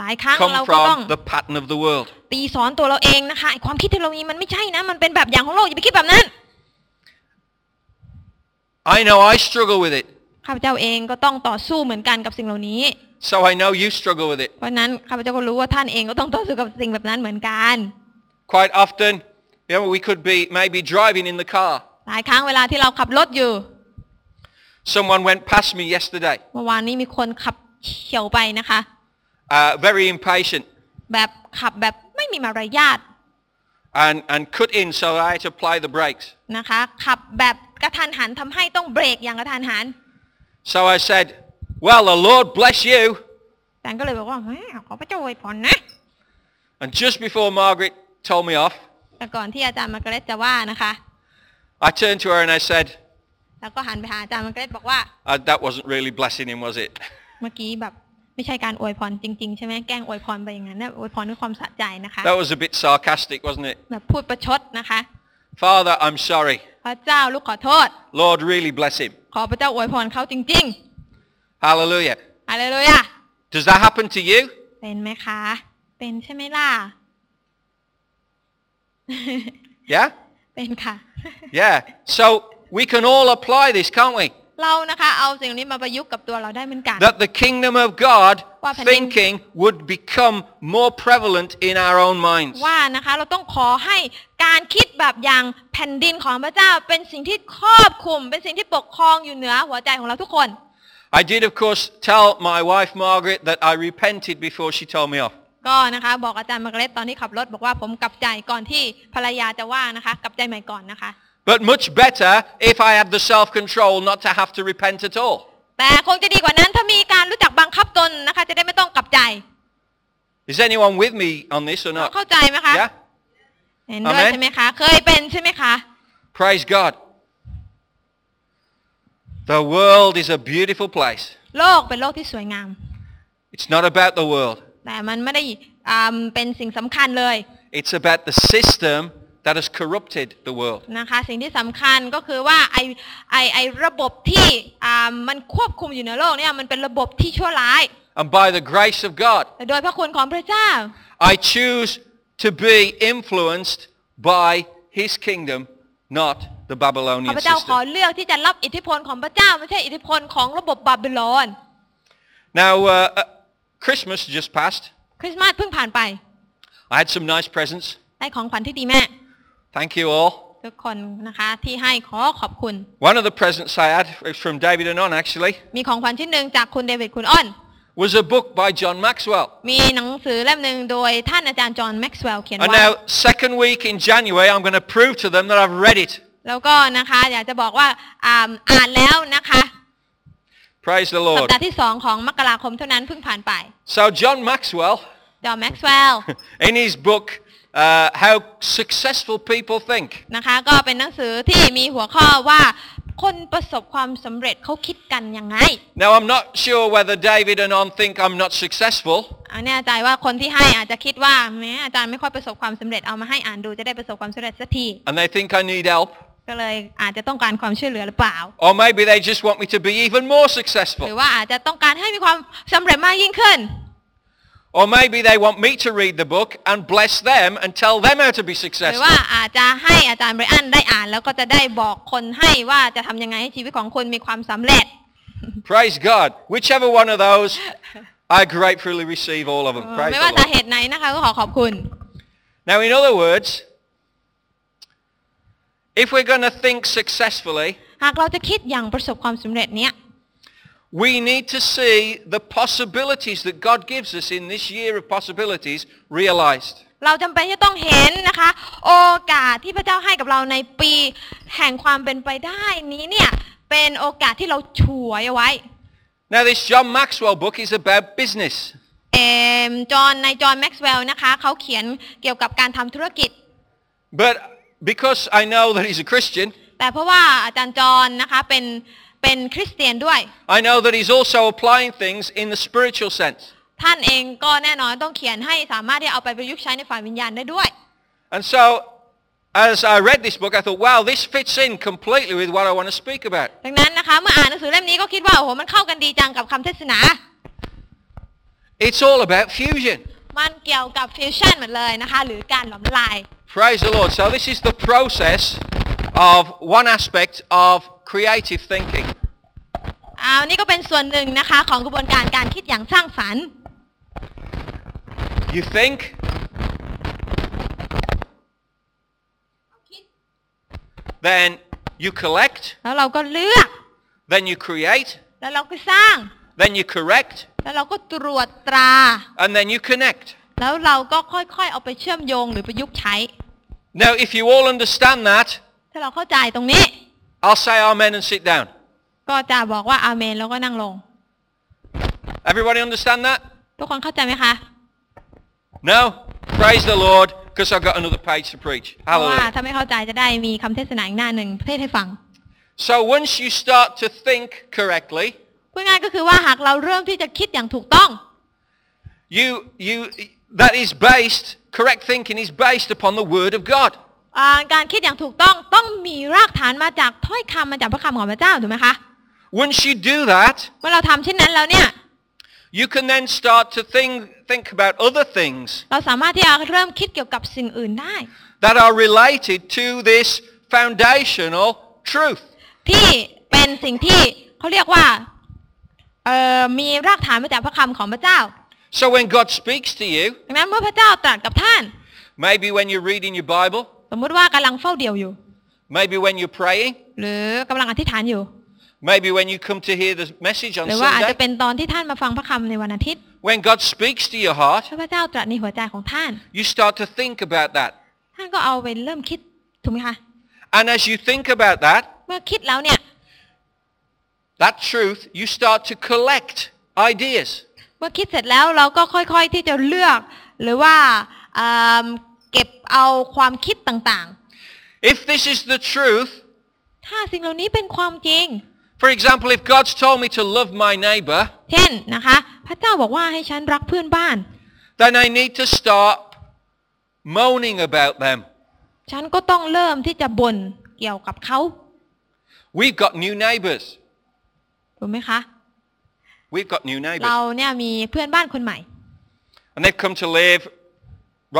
[SPEAKER 2] หลายครั้ง
[SPEAKER 1] come
[SPEAKER 2] เราก็ต้อง
[SPEAKER 1] from the pattern of the world.
[SPEAKER 2] ตีสอนตัวเราเองนะคะไอ้ความคิดที่เรามีมันไม่ใช่นะ มันเป็นแบบอย่างของโลกอย่าไปคิดแบบนั้น
[SPEAKER 1] I know I struggle with it,
[SPEAKER 2] ข้าพเจ้าเองก็ต้องต่อสู้เหมือนกันกับสิ่งเหล่านี้
[SPEAKER 1] so I know you struggle with it.
[SPEAKER 2] เพราะฉะนั้นข้าพเจ้าก็รู้ว่าท่านเองก็ต้องต่อสู้กับสิ่งแบบนั้นเหมือนกัน
[SPEAKER 1] Quite often, you know, we could be maybe driving in the car.
[SPEAKER 2] หลายครั้งเวลาที่เราขับรถอยู่
[SPEAKER 1] Someone went past me yesterday,
[SPEAKER 2] เมื่อวานนี้มีคนขับเฉียวไปนะคะ
[SPEAKER 1] uh, very impatient,
[SPEAKER 2] แบบขับแบบไม่มีมารยาท
[SPEAKER 1] and, and cut in, so I had to apply the brakes.
[SPEAKER 2] นะคะขับแบบกระทันหันทำให้ต้องเบรกอย่างกระทันหัน
[SPEAKER 1] So I said, well, the Lord bless you.
[SPEAKER 2] แต่ก็เลยบอกว่าแหมขอพระเจ้าอวยพรนะ
[SPEAKER 1] And just before Margaret told me off,
[SPEAKER 2] แต่ก่อนที่อาจารย์มาร์กาเร็ตจะว่านะคะ
[SPEAKER 1] I turned to her and I said,
[SPEAKER 2] แล้วก็หันไปหาอาจารย์มาร์กาเร็ตบอกว่า
[SPEAKER 1] "Uh, that wasn't really blessing him, was it?
[SPEAKER 2] เมื่อกี้แบบไม่ใช่การอวยพรจริงๆ ใช่ไหมแกล้งอวยพรไปอย่างนั้นนะอวยพรด้วยความสะใจนะคะ
[SPEAKER 1] That was a bit sarcastic, wasn't it?
[SPEAKER 2] แบบพูดประชดนะคะ
[SPEAKER 1] Father, I'm sorry.
[SPEAKER 2] พระเจ้าลูกขอโทษ
[SPEAKER 1] Lord, really bless him.
[SPEAKER 2] ขอพระเจ้าอวยพรเขาจริง
[SPEAKER 1] Hallelujah.
[SPEAKER 2] ๆอะไรเลยอะ
[SPEAKER 1] Does that happen to you?
[SPEAKER 2] เป็นไหมคะ เป็นใช่ไหมล่ะ
[SPEAKER 1] Yeah?
[SPEAKER 2] เป็นค่ะ
[SPEAKER 1] Yeah. So we can all apply this, can't we?
[SPEAKER 2] เรานะคะ เอาสิ่งนี้มาประยุกต์กับตัวเราได้เหมือนกัน
[SPEAKER 1] That the kingdom of God
[SPEAKER 2] Wah, Pak Ning.
[SPEAKER 1] thinking would become more prevalent in our own minds.
[SPEAKER 2] ว่านะคะเราต้องขอให้การคิดแบบอย่างแผ่นดินของพระเจ้า เป็นสิ่งที่ครอบคลุม เป็นสิ่งที่ปกครองอยู่เหนือหัวใจของเราทุกคน
[SPEAKER 1] I did, of course, tell my wife Margaret that I repented before she told me off.
[SPEAKER 2] ก็นะคะ บอกอาจารย์มาร์กาเร็ตตอนที่ขับรถบอกว่าผมกลับใจก่อนที่ภรรยาจะว่านะคะ กลับใจใหม่ก่อนนะคะ
[SPEAKER 1] But much better if I had the self-control not to have to repent at all.
[SPEAKER 2] แต่คงจะดีกว่านั้นถ้ามีการรู้จักบังคับตนนะคะ จะได้ไม่ต้องกลับใจ
[SPEAKER 1] Is anyone with me on this or not?
[SPEAKER 2] เข้าใจไหมคะ
[SPEAKER 1] Yeah?
[SPEAKER 2] เห็นด้วย
[SPEAKER 1] Amen
[SPEAKER 2] ใช่ไหมคะ เคยเป็นใช่ไหมคะ
[SPEAKER 1] Praise God. The world is a beautiful place.
[SPEAKER 2] โลกเป็นโลกที่สวยงาม
[SPEAKER 1] It's not about the world.
[SPEAKER 2] แต่มันไม่ได้อ่าเป็นสิ่งสำคัญเลย
[SPEAKER 1] It's about the system that has corrupted the world.
[SPEAKER 2] นะคะสิ่งที่สำคัญก็คือว่าไอไอไอระบบที่อ่ามันควบคุมอยู่ในโลกเนี่ยมันเป็นระบบที่ชั่วร้าย
[SPEAKER 1] And by the grace of God,
[SPEAKER 2] แต่โดยพระคุณของพระเจ้า
[SPEAKER 1] I choose to be influenced by his kingdom, not the
[SPEAKER 2] ข้า
[SPEAKER 1] Babylonian
[SPEAKER 2] พเจ้าขอ
[SPEAKER 1] system.
[SPEAKER 2] เลือกที่จะรับอิทธิพลของพระเจ้าไม่ใช่อิทธิพลของระบบบาบิโลน
[SPEAKER 1] Now, uh, uh, Christmas just passed.
[SPEAKER 2] คริสต์มาสเพิ่งผ่านไป
[SPEAKER 1] I had some nice presents.
[SPEAKER 2] ได้ของขวัญที่ดีแม่
[SPEAKER 1] Thank you all.
[SPEAKER 2] ทุกคนนะคะที่ให้ขอขอบคุณ
[SPEAKER 1] One of the presents I had was from David Anon, actually,
[SPEAKER 2] มีของขวัญชิ้นหนึ่งจากคุณเดวิดคุณอ้อน
[SPEAKER 1] was a book by John Maxwell.
[SPEAKER 2] มีหนังสือเล่มหนึ่งโดยท่านอาจารย์จอห์นแม็กซ์เวลล์เขียน
[SPEAKER 1] And
[SPEAKER 2] ไว้
[SPEAKER 1] now, second week in January, I'm going to prove to them that I've read it.
[SPEAKER 2] แล้วก็นะคะอยากจะบอกว่าอ่าอ่านแล้วนะคะ
[SPEAKER 1] Praise the
[SPEAKER 2] สัป
[SPEAKER 1] Lord.
[SPEAKER 2] ดาห์ที่สองของมกราคมเท่านั้นเพิ่งผ่านไป
[SPEAKER 1] So John Maxwell,
[SPEAKER 2] ดอมแม็กซ์เวลล์
[SPEAKER 1] in his book, uh, How Successful People Think,
[SPEAKER 2] นะคะก็เป็นหนังสือที่มีหัวข้อว่าคนประสบความสำเร็จเขาคิดกันยังไง
[SPEAKER 1] Now, I'm not sure whether David and On think I'm not successful,
[SPEAKER 2] อ่าแน่ใจว่าคนที่ให้อาจจะคิดว่าแหม้อาจารย์ไม่ค่อยประสบความสำเร็จเอามาให้อ่านดูจะได้ประสบความสำเร็จสักที
[SPEAKER 1] and they think I need help,
[SPEAKER 2] ก็เลยอาจจะต้องการความช่วยเหลือหรือเปล่า
[SPEAKER 1] or maybe they just want me to be even more
[SPEAKER 2] หรือ
[SPEAKER 1] successful,
[SPEAKER 2] ว่าอาจจะต้องการให้มีความสำเร็จมากยิ่งขึ้น
[SPEAKER 1] or maybe they want me to read the book and bless them and tell them how to be
[SPEAKER 2] หรือว่า
[SPEAKER 1] successful.
[SPEAKER 2] อาจจะให้อาจารย์ไบรอันได้อ่านแล้วก็จะได้บอกคนให้ว่าจะทำยังไงให้ชีวิตของคุณมีความสำเร็จ
[SPEAKER 1] Praise God. Whichever one of those, I gratefully receive all of them.
[SPEAKER 2] เออ
[SPEAKER 1] Praise
[SPEAKER 2] ไม่
[SPEAKER 1] the
[SPEAKER 2] ว่าสา
[SPEAKER 1] Lord.
[SPEAKER 2] เหตุไหนนะคะก็ขอขอบคุณ
[SPEAKER 1] Now, in other words, if we're going to think successfully,
[SPEAKER 2] หากเราจะคิดอย่างประสบความสำเร็จเนี้ย
[SPEAKER 1] we need to see the possibilities that God gives us in this year of possibilities realized.
[SPEAKER 2] เราจำเป็นจะต้องเห็นนะคะ โอกาสที่พระเจ้าให้กับเราในปีแห่งความเป็นไปได้นี้เนี่ยเป็นโอกาสที่เราฉวยเอาไว้
[SPEAKER 1] Now, this John Maxwell book is about business.
[SPEAKER 2] เอมจอห์นนายจอห์นแม็กซ์เวลล์นะคะเขาเขียนเกี่ยวกับการทำธุรกิจ
[SPEAKER 1] But because I know that he's a Christian,
[SPEAKER 2] แต่เพราะว่าอาจารย์จอห์นนะคะเป็นเป็นคริสเตียนด้วย
[SPEAKER 1] I know that he's also applying things in the spiritual sense.
[SPEAKER 2] ท่านเองก็แน่นอนต้องเขียนให้สามารถที่เอาไปประยุกต์ใช้ในฝ่ายวิญญาณได้ด้วย
[SPEAKER 1] And so, as I read this book, I thought, wow, this fits in completely with what I want to speak about.
[SPEAKER 2] ดังนั้นนะคะเมื่ออ่านหนังสือเล่มนี้ก็คิดว่าโอ้โหมันเข้ากันดีจังกับคำเทศนา
[SPEAKER 1] It's all about fusion.
[SPEAKER 2] มันเกี่ยวกับฟิวชั่นหมดเลยนะคะ หรือการหลอมละลาย
[SPEAKER 1] Praise the Lord. So, this is the process of one aspect of creative thinking.
[SPEAKER 2] อ่านี่ก็เป็นส่วนหนึ่งนะคะของกระบวนการการคิดอย่างสร้างสรรค์
[SPEAKER 1] You think,
[SPEAKER 2] คิด
[SPEAKER 1] then you collect,
[SPEAKER 2] แล้วเราก็เลือก
[SPEAKER 1] then you create,
[SPEAKER 2] แล้วเราก็สร้าง
[SPEAKER 1] then you correct,
[SPEAKER 2] แล้วเราก็ตรวจตรา
[SPEAKER 1] and then you connect.
[SPEAKER 2] แล้วเราก็ค่อยๆเอาไปเชื่อมโยงหรือประยุกต์ใช้
[SPEAKER 1] Now, if you all understand that,
[SPEAKER 2] ถ้าเราเข้าใจตรงนี้
[SPEAKER 1] I'll say amen and sit down.
[SPEAKER 2] ก็จะบอกว่าอาเมนแล้วก็นั่งลง
[SPEAKER 1] Everybody understand that?
[SPEAKER 2] ทุกคนเข้าใจไหมคะ
[SPEAKER 1] No? Praise the Lord, because I've got another page to preach.
[SPEAKER 2] เพราะว่า
[SPEAKER 1] Hallelujah.
[SPEAKER 2] ถ้าไม่เข้าใจจะได้มีคำเทศนาอีกหน้าหนึ่งเทศให้ฟัง
[SPEAKER 1] So once you start to think correctly,
[SPEAKER 2] พูดง่ายก็คือว่าหากเราเริ่มที่จะคิดอย่างถูกต้อง
[SPEAKER 1] you, you, that is based, correct thinking is based upon the Word of God.
[SPEAKER 2] อ่าการคิดอย่างถูกต้องต้องมีรากฐานมาจากถ้อยคำมาจากพระคำของพระเจ้าถูกไหมคะ
[SPEAKER 1] Once you do that,
[SPEAKER 2] เมื่อเราทำเช่นนั้นแล้วเนี่ย
[SPEAKER 1] you can then start to think, think about other things
[SPEAKER 2] เราสามารถที่จะเริ่มคิดเกี่ยวกับสิ่งอื่นได้
[SPEAKER 1] that are related to this foundational truth.
[SPEAKER 2] ที่เป็นสิ่งที่เขาเรียกว่าเอ่อมีรากฐานมาจากพระคำของพระเจ้า
[SPEAKER 1] So when God speaks to you,
[SPEAKER 2] ดังนั้นเมื่อพระเจ้าตรัสกับท่าน
[SPEAKER 1] maybe when you're reading your Bible,
[SPEAKER 2] สมมุติว่ากำลังเฝ้าเดี่ยวอยู่
[SPEAKER 1] maybe when you're praying,
[SPEAKER 2] หรือกำลังอธิษฐานอยู่
[SPEAKER 1] maybe when you come to hear the message
[SPEAKER 2] ห
[SPEAKER 1] on
[SPEAKER 2] รือว่าอาจจะ
[SPEAKER 1] Sunday,
[SPEAKER 2] เป็นตอนที่ท่านมาฟังพระคำในวันอาทิตย์
[SPEAKER 1] when God speaks to your heart,
[SPEAKER 2] ถ้าพระเจ้าตรัสในหัวใจของท่าน
[SPEAKER 1] you start to think about that.
[SPEAKER 2] ท่านก็เอาไปเริ่มคิดถูกไหมคะ
[SPEAKER 1] And as you think about that,
[SPEAKER 2] เมื่อคิดแล้วเนี่ย
[SPEAKER 1] that truth, you start to collect ideas.
[SPEAKER 2] เมื่อคิดเสร็จแล้วเราก็ค่อยๆที่จะเลือก หรือว่าเอิ่มเก็บเอาความคิดต่าง
[SPEAKER 1] If this is the truth,
[SPEAKER 2] ๆ ถ้าสิ่งเหล่านี้เป็นความจริง
[SPEAKER 1] for example, if God's told me to love my neighbor,
[SPEAKER 2] เช่นนะคะ พระเจ้าบอกว่าให้ฉันรักเพื่อนบ้าน
[SPEAKER 1] then I need to start moaning about them.
[SPEAKER 2] ฉันก็ต้องเริ่มที่จะบ่นเกี่ยวกับเขา
[SPEAKER 1] We've got new neighbors.
[SPEAKER 2] ถูกไหมคะ
[SPEAKER 1] We've got new neighbors.
[SPEAKER 2] เราเนี่ยมีเพื่อนบ้านคนใหม่
[SPEAKER 1] And they've come to live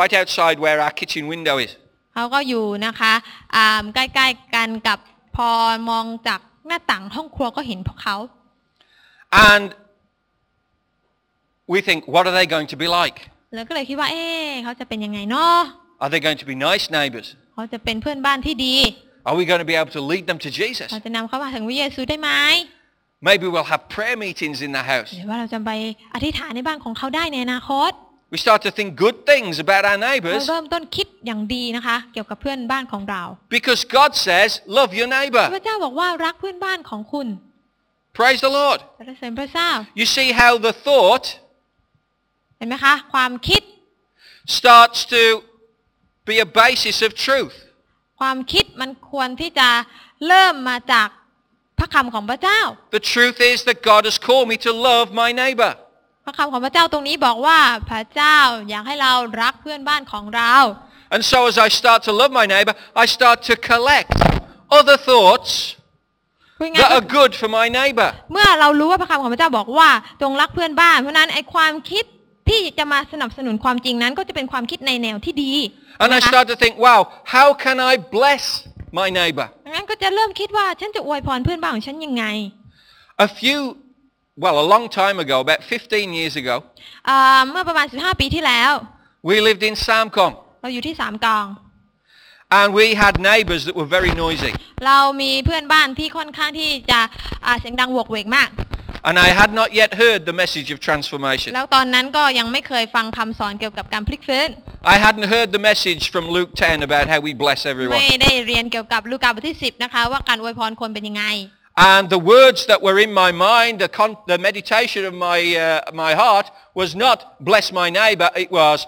[SPEAKER 1] right outside where our kitchen window is.
[SPEAKER 2] เขาก็อยู่นะคะอ่าใกล้ๆกันกับพอมองจากหน้าต่างห้องครัวก็เห็นพวกเขา
[SPEAKER 1] And we think, what are they going to be like?
[SPEAKER 2] แล้วก็เลยคิดว่า เอ๊ะเขาจะเป็นยังไงเนาะ
[SPEAKER 1] Are they going to be nice neighbors?
[SPEAKER 2] เขาจะเป็นเพื่อนบ้านที่ดี
[SPEAKER 1] Are we going to be able to lead them to Jesus?
[SPEAKER 2] เราจะนำเขามาถึงวิเยซูได้ไหม
[SPEAKER 1] Maybe we'll have prayer meetings in the house.
[SPEAKER 2] หรือว่าเราจะไปอธิษฐานในบ้านของเขาได้ในอนาคต
[SPEAKER 1] We start to think good things about our
[SPEAKER 2] เรา
[SPEAKER 1] neighbors
[SPEAKER 2] เริ่มต้นคิดอย่างดีนะคะ เกี่ยวกับเพื่อนบ้านของเรา
[SPEAKER 1] because God says, love your
[SPEAKER 2] พ
[SPEAKER 1] neighbor.
[SPEAKER 2] ระเจ้าบอกว่ารักเพื่อนบ้านของคุณ
[SPEAKER 1] Praise the Lord.
[SPEAKER 2] สรรเสริญพระเจ้า
[SPEAKER 1] You see how the thought
[SPEAKER 2] เห็นไหมคะ ความคิด
[SPEAKER 1] starts to be a basis of truth.
[SPEAKER 2] ความคิดมันควรที่จะเริ่มมาจากพระคำของพระเจ้า
[SPEAKER 1] The truth is that God has called me to love my neighbor.
[SPEAKER 2] พระคำของพระเจ้าตรงนี้บอกว่าพระเจ้าอยากให้เรารักเพื่อนบ้านของเรา
[SPEAKER 1] And so as I start to love my neighbor, I start to collect other thoughts
[SPEAKER 2] พูดง่า
[SPEAKER 1] that
[SPEAKER 2] ยๆก็
[SPEAKER 1] are good for my neighbor.
[SPEAKER 2] เมื่อเรารู้ว่าพระคำของพระเจ้าบอกว่าจงรักเพื่อนบ้าน เพราะฉะนั้นไอความคิดที่จะมาสนับสนุนความจริงนั้นก็จะเป็นความคิดในแนวที่ดี
[SPEAKER 1] And I
[SPEAKER 2] นะคะ
[SPEAKER 1] start to think, wow, how can I bless my neighbor?
[SPEAKER 2] ดังนั้นก็จะเริ่มคิดว่าฉันจะอวยพรเพื่อนบ้านของฉันยังไง
[SPEAKER 1] A few, well, a long time ago, about 15 years ago,
[SPEAKER 2] อ่าเมื่อประมาณ 15 ปีที่แล้ว
[SPEAKER 1] we lived in Samcom
[SPEAKER 2] เราอยู่ที่สามกอง
[SPEAKER 1] and we had neighbors that were very noisy.
[SPEAKER 2] เรามีเพื่อนบ้านที่ค่อนข้างที่จะอ่าเสียงดังโหวกเวกมาก
[SPEAKER 1] And I had not yet heard the message of transformation.
[SPEAKER 2] แล้วตอนนั้นก็ยังไม่เคยฟังคำสอนเกี่ยวกับการพลิกฟื้น
[SPEAKER 1] I hadn't heard the message from Luke 10 about how we bless
[SPEAKER 2] ไม่
[SPEAKER 1] everyone.
[SPEAKER 2] ได้เรียนเกี่ยวกับลูกาบทที่ 10 นะคะ ว่าการอวยพรคนเป็นยังไง
[SPEAKER 1] And the words that were in my mind, the, con- the meditation of my, uh, my heart was not bless my neighbor, it was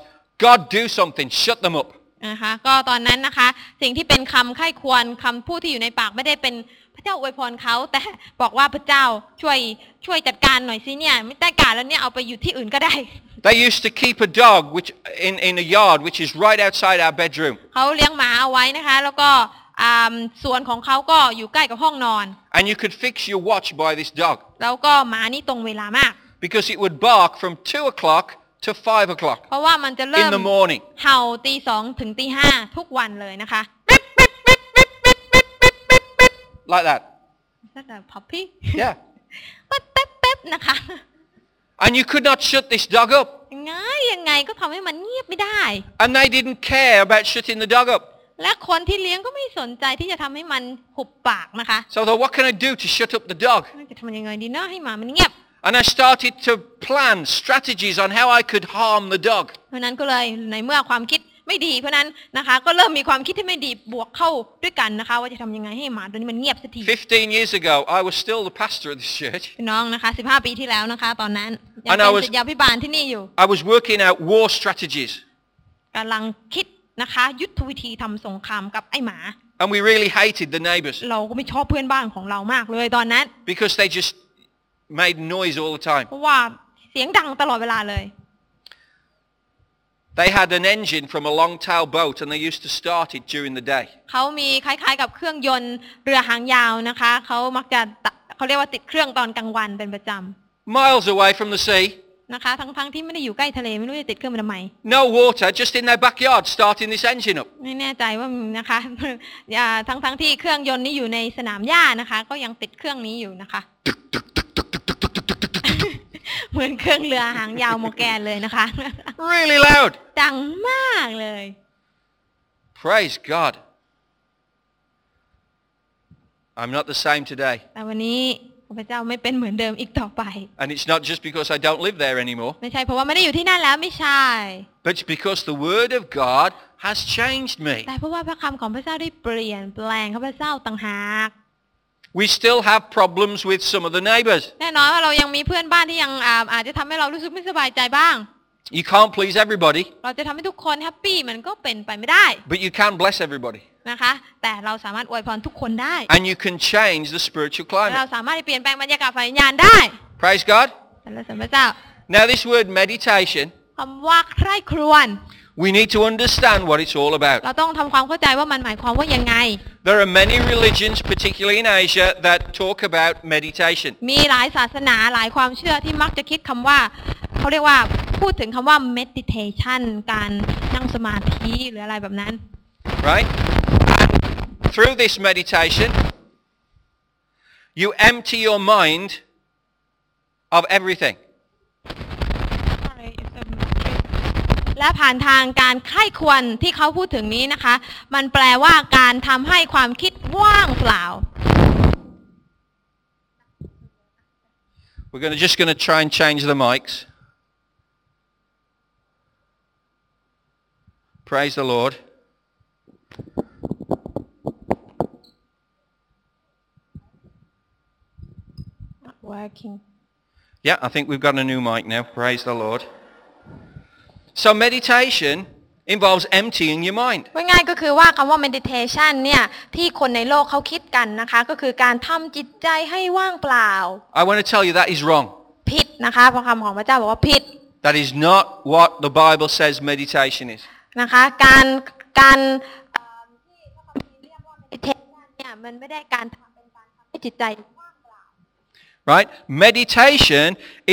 [SPEAKER 1] God do something, shut them up.
[SPEAKER 2] นะคะก็ตอนนั้นนะคะ สิ่งที่เป็นคำไข้ควรคำพูดที่อยู่ในปากไม่ได้เป็นพระเจ้าอวยพรเขา แต่บอกว่าพระเจ้าช่วยช่วยจัดการหน่อยสิเนี่ยไม่ได้การแล้วเนี่ยเอาไปอยู่ที่อื่นก็ได้
[SPEAKER 1] They used to keep a dog which, in, in a yard which is right outside our bedroom.
[SPEAKER 2] เขาเลี้ยงหมาเอาไว้นะคะ แล้วก็อ่าสวนของเขาก็อยู่ใกล้กับห้องนอน
[SPEAKER 1] And you could fix your watch by this dog
[SPEAKER 2] แล้วก็หมานี่ตรงเวลามาก
[SPEAKER 1] because it would bark from 2 o'clock to 5 o'clock
[SPEAKER 2] เพราะว่ามันจะเริ่
[SPEAKER 1] in
[SPEAKER 2] ม
[SPEAKER 1] the morning.
[SPEAKER 2] เห่าตีสองถึงตีห้าทุกวันเลยนะคะ
[SPEAKER 1] Like that.
[SPEAKER 2] แต่พับพี่
[SPEAKER 1] Yeah.
[SPEAKER 2] ป๊บแป๊บแป๊บนะคะ
[SPEAKER 1] And you could not shut this dog up.
[SPEAKER 2] ยังไงยังไงก็ทำให้มันเงียบไม่ได้
[SPEAKER 1] And they didn't care about shutting the dog up.
[SPEAKER 2] และคนที่เลี้ยงก็ไม่สนใจที่จะทำให้มันหุบปากนะคะ
[SPEAKER 1] So I thought, what can I do to shut up the dog?
[SPEAKER 2] จะทำยังไงดีเนาะให้หมามันเงียบ
[SPEAKER 1] And I started to plan strategies on how I could harm the dog.
[SPEAKER 2] เพราะฉะนั้นก็เลยในเมื่อความคิดไม่ดี เพราะฉะนั้นนะคะ ก็เริ่มมีความคิดที่ไม่ดีบวกเข้าด้วยกันนะคะ ว่าจะทำยังไงให้หมาตัวนี้มันเงียบ สักที
[SPEAKER 1] 15 years ago, I was still the pastor of this church.
[SPEAKER 2] พี่น้องนะคะ 15 ปีที่แล้วนะคะ ตอนนั้นยัง
[SPEAKER 1] อัน
[SPEAKER 2] เป็
[SPEAKER 1] นั้น
[SPEAKER 2] น
[SPEAKER 1] was-
[SPEAKER 2] ศิษยาพิบาลที่นี่อยู่
[SPEAKER 1] I was working out war strategies.
[SPEAKER 2] กำลังคิดนะคะ ยุทธวิธีทำสงครามกับไอ้หมา
[SPEAKER 1] And we really hated the neighbors
[SPEAKER 2] เราก็ไม่ชอบเพื่อนบ้านของเรามากเลยตอนนั้น
[SPEAKER 1] because they just made noise all the time.
[SPEAKER 2] เพราะว่าเสียงดังตลอดเวลาเลย
[SPEAKER 1] They had an engine from a long tail boat and they used to start it during the day.
[SPEAKER 2] เขามีคล้ายๆ กับเครื่องยนต์เรือหางยาวนะคะ เขามักจะตะเขาเรียกว่าติดเครื่องตอนกลางวันเป็นประจ
[SPEAKER 1] Miles away from the sea,
[SPEAKER 2] ำนะคะ ทั้งๆที่ไม่ได้อยู่ใกล้ทะเลไม่รู้จะติดเครื่องมาทำไม
[SPEAKER 1] no water, just in their backyard starting this engine up.
[SPEAKER 2] ไม่แน่ใจว่ามีนะคะ อ่าทั้งๆที่เครื่องยนต์นี้อยู่ในสนามหญ้านะคะ ก็ยังติดเครื่องนี้อยู่นะคะ เหมือนเครื่องเรือหางยาวโมแกนเลยนะคะ
[SPEAKER 1] Really loud.
[SPEAKER 2] ดังมากเลย
[SPEAKER 1] Praise God. I'm not the same today.
[SPEAKER 2] แต่วันนี้ข้าพเจ้าไม่เป็นเหมือนเดิมอีกต่อไป
[SPEAKER 1] And it's not just because I don't live there anymore,
[SPEAKER 2] ไม่ใช่เพราะว่าไม่ได้อยู่ที่นั่นแล้วไม่ใช่
[SPEAKER 1] but it's because the Word of God has changed me.
[SPEAKER 2] แต่เพราะว่าพระคำของพระเจ้าได้เปลี่ยนแปลงข้าพเจ้าต่างหาก
[SPEAKER 1] We still have problems with some of the neighbours.
[SPEAKER 2] แน่นอนว่าเรายังมีเพื่อนบ้านที่ยังอาอาจจะทำให้เรารู้สึกไม่สบายใจบ้าง
[SPEAKER 1] You can't please everybody,
[SPEAKER 2] เราจะทำให้ทุกคนแฮปปี้มันก็เป็นไปไม่ได้
[SPEAKER 1] but you can bless everybody.
[SPEAKER 2] นะคะ แต่เราสามารถอวยพรทุกคนได้
[SPEAKER 1] And you can change the spiritual
[SPEAKER 2] และเรา
[SPEAKER 1] climate.
[SPEAKER 2] สามารถเปลี่ยนแปลงบรรยากาศฝ่ายวิญญาณได้
[SPEAKER 1] Praise God.
[SPEAKER 2] สรรเสริญพระเจ้า
[SPEAKER 1] Now this word meditation,
[SPEAKER 2] คำว่าใคร่ครวญ
[SPEAKER 1] we need to understand what it's all about.
[SPEAKER 2] เราต้องทำความเข้าใจว่ามันหมายความว่ายังไง
[SPEAKER 1] There are many religions, particularly in Asia, that talk about meditation.
[SPEAKER 2] มีหลายศาสนาหลายความเชื่อที่มักจะคิดคำว่า เขาเรียกว่าพูดถึงคำว่า meditation การนั่งสมาธิหรืออะไรแบบนั้น
[SPEAKER 1] right? And through this meditation, you empty your mind of everything.
[SPEAKER 2] และผ่านทางการไข้ควรที่เขาพูดถึงนี้นะคะ มันแปลว่าการทำให้ความคิดว่างเปล่า
[SPEAKER 1] We're gonna, just going to try and change the mics. Praise the Lord.
[SPEAKER 2] working
[SPEAKER 1] Yeah, I think we've got a new mic now. Praise the Lord. So meditation involves emptying your mind.
[SPEAKER 2] ว่าง่ายก็คือว่าคำว่า meditation เนี่ย ที่คนในโลกเขาคิดกันนะคะ ก็คือการทำจิตใจให้ว่างเปล่า
[SPEAKER 1] I want to tell you that is wrong.
[SPEAKER 2] ผิดนะคะ เพราะคำของพระเจ้าบอกว่าผิด
[SPEAKER 1] That is not what the Bible says meditation is.
[SPEAKER 2] นะคะ การการเอ่อที่พระคัมภีร์เรียกว่า meditation เนี่ย มันไม่ได้การทำเป็นการทำให้จิตใจว่างเปล่า
[SPEAKER 1] right? Meditation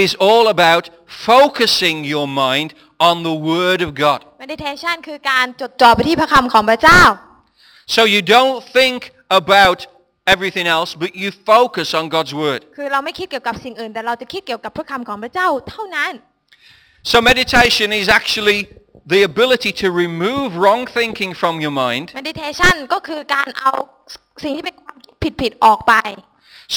[SPEAKER 1] is all about focusing your mind on the Word of God.
[SPEAKER 2] meditation คือการจดจ่อไปที่พระคำของพระเจ้า
[SPEAKER 1] So you don't think about everything else, but you focus on God's Word.
[SPEAKER 2] คือเราไม่คิดเกี่ยวกับสิ่งอื่น แต่เราจะคิดเกี่ยวกับพระคำของพระเจ้าเท่านั้น
[SPEAKER 1] So meditation is actually the ability to remove wrong thinking from your mind
[SPEAKER 2] meditation ก็คือการเอาสิ่งที่เป็นความคิดผิดๆออกไป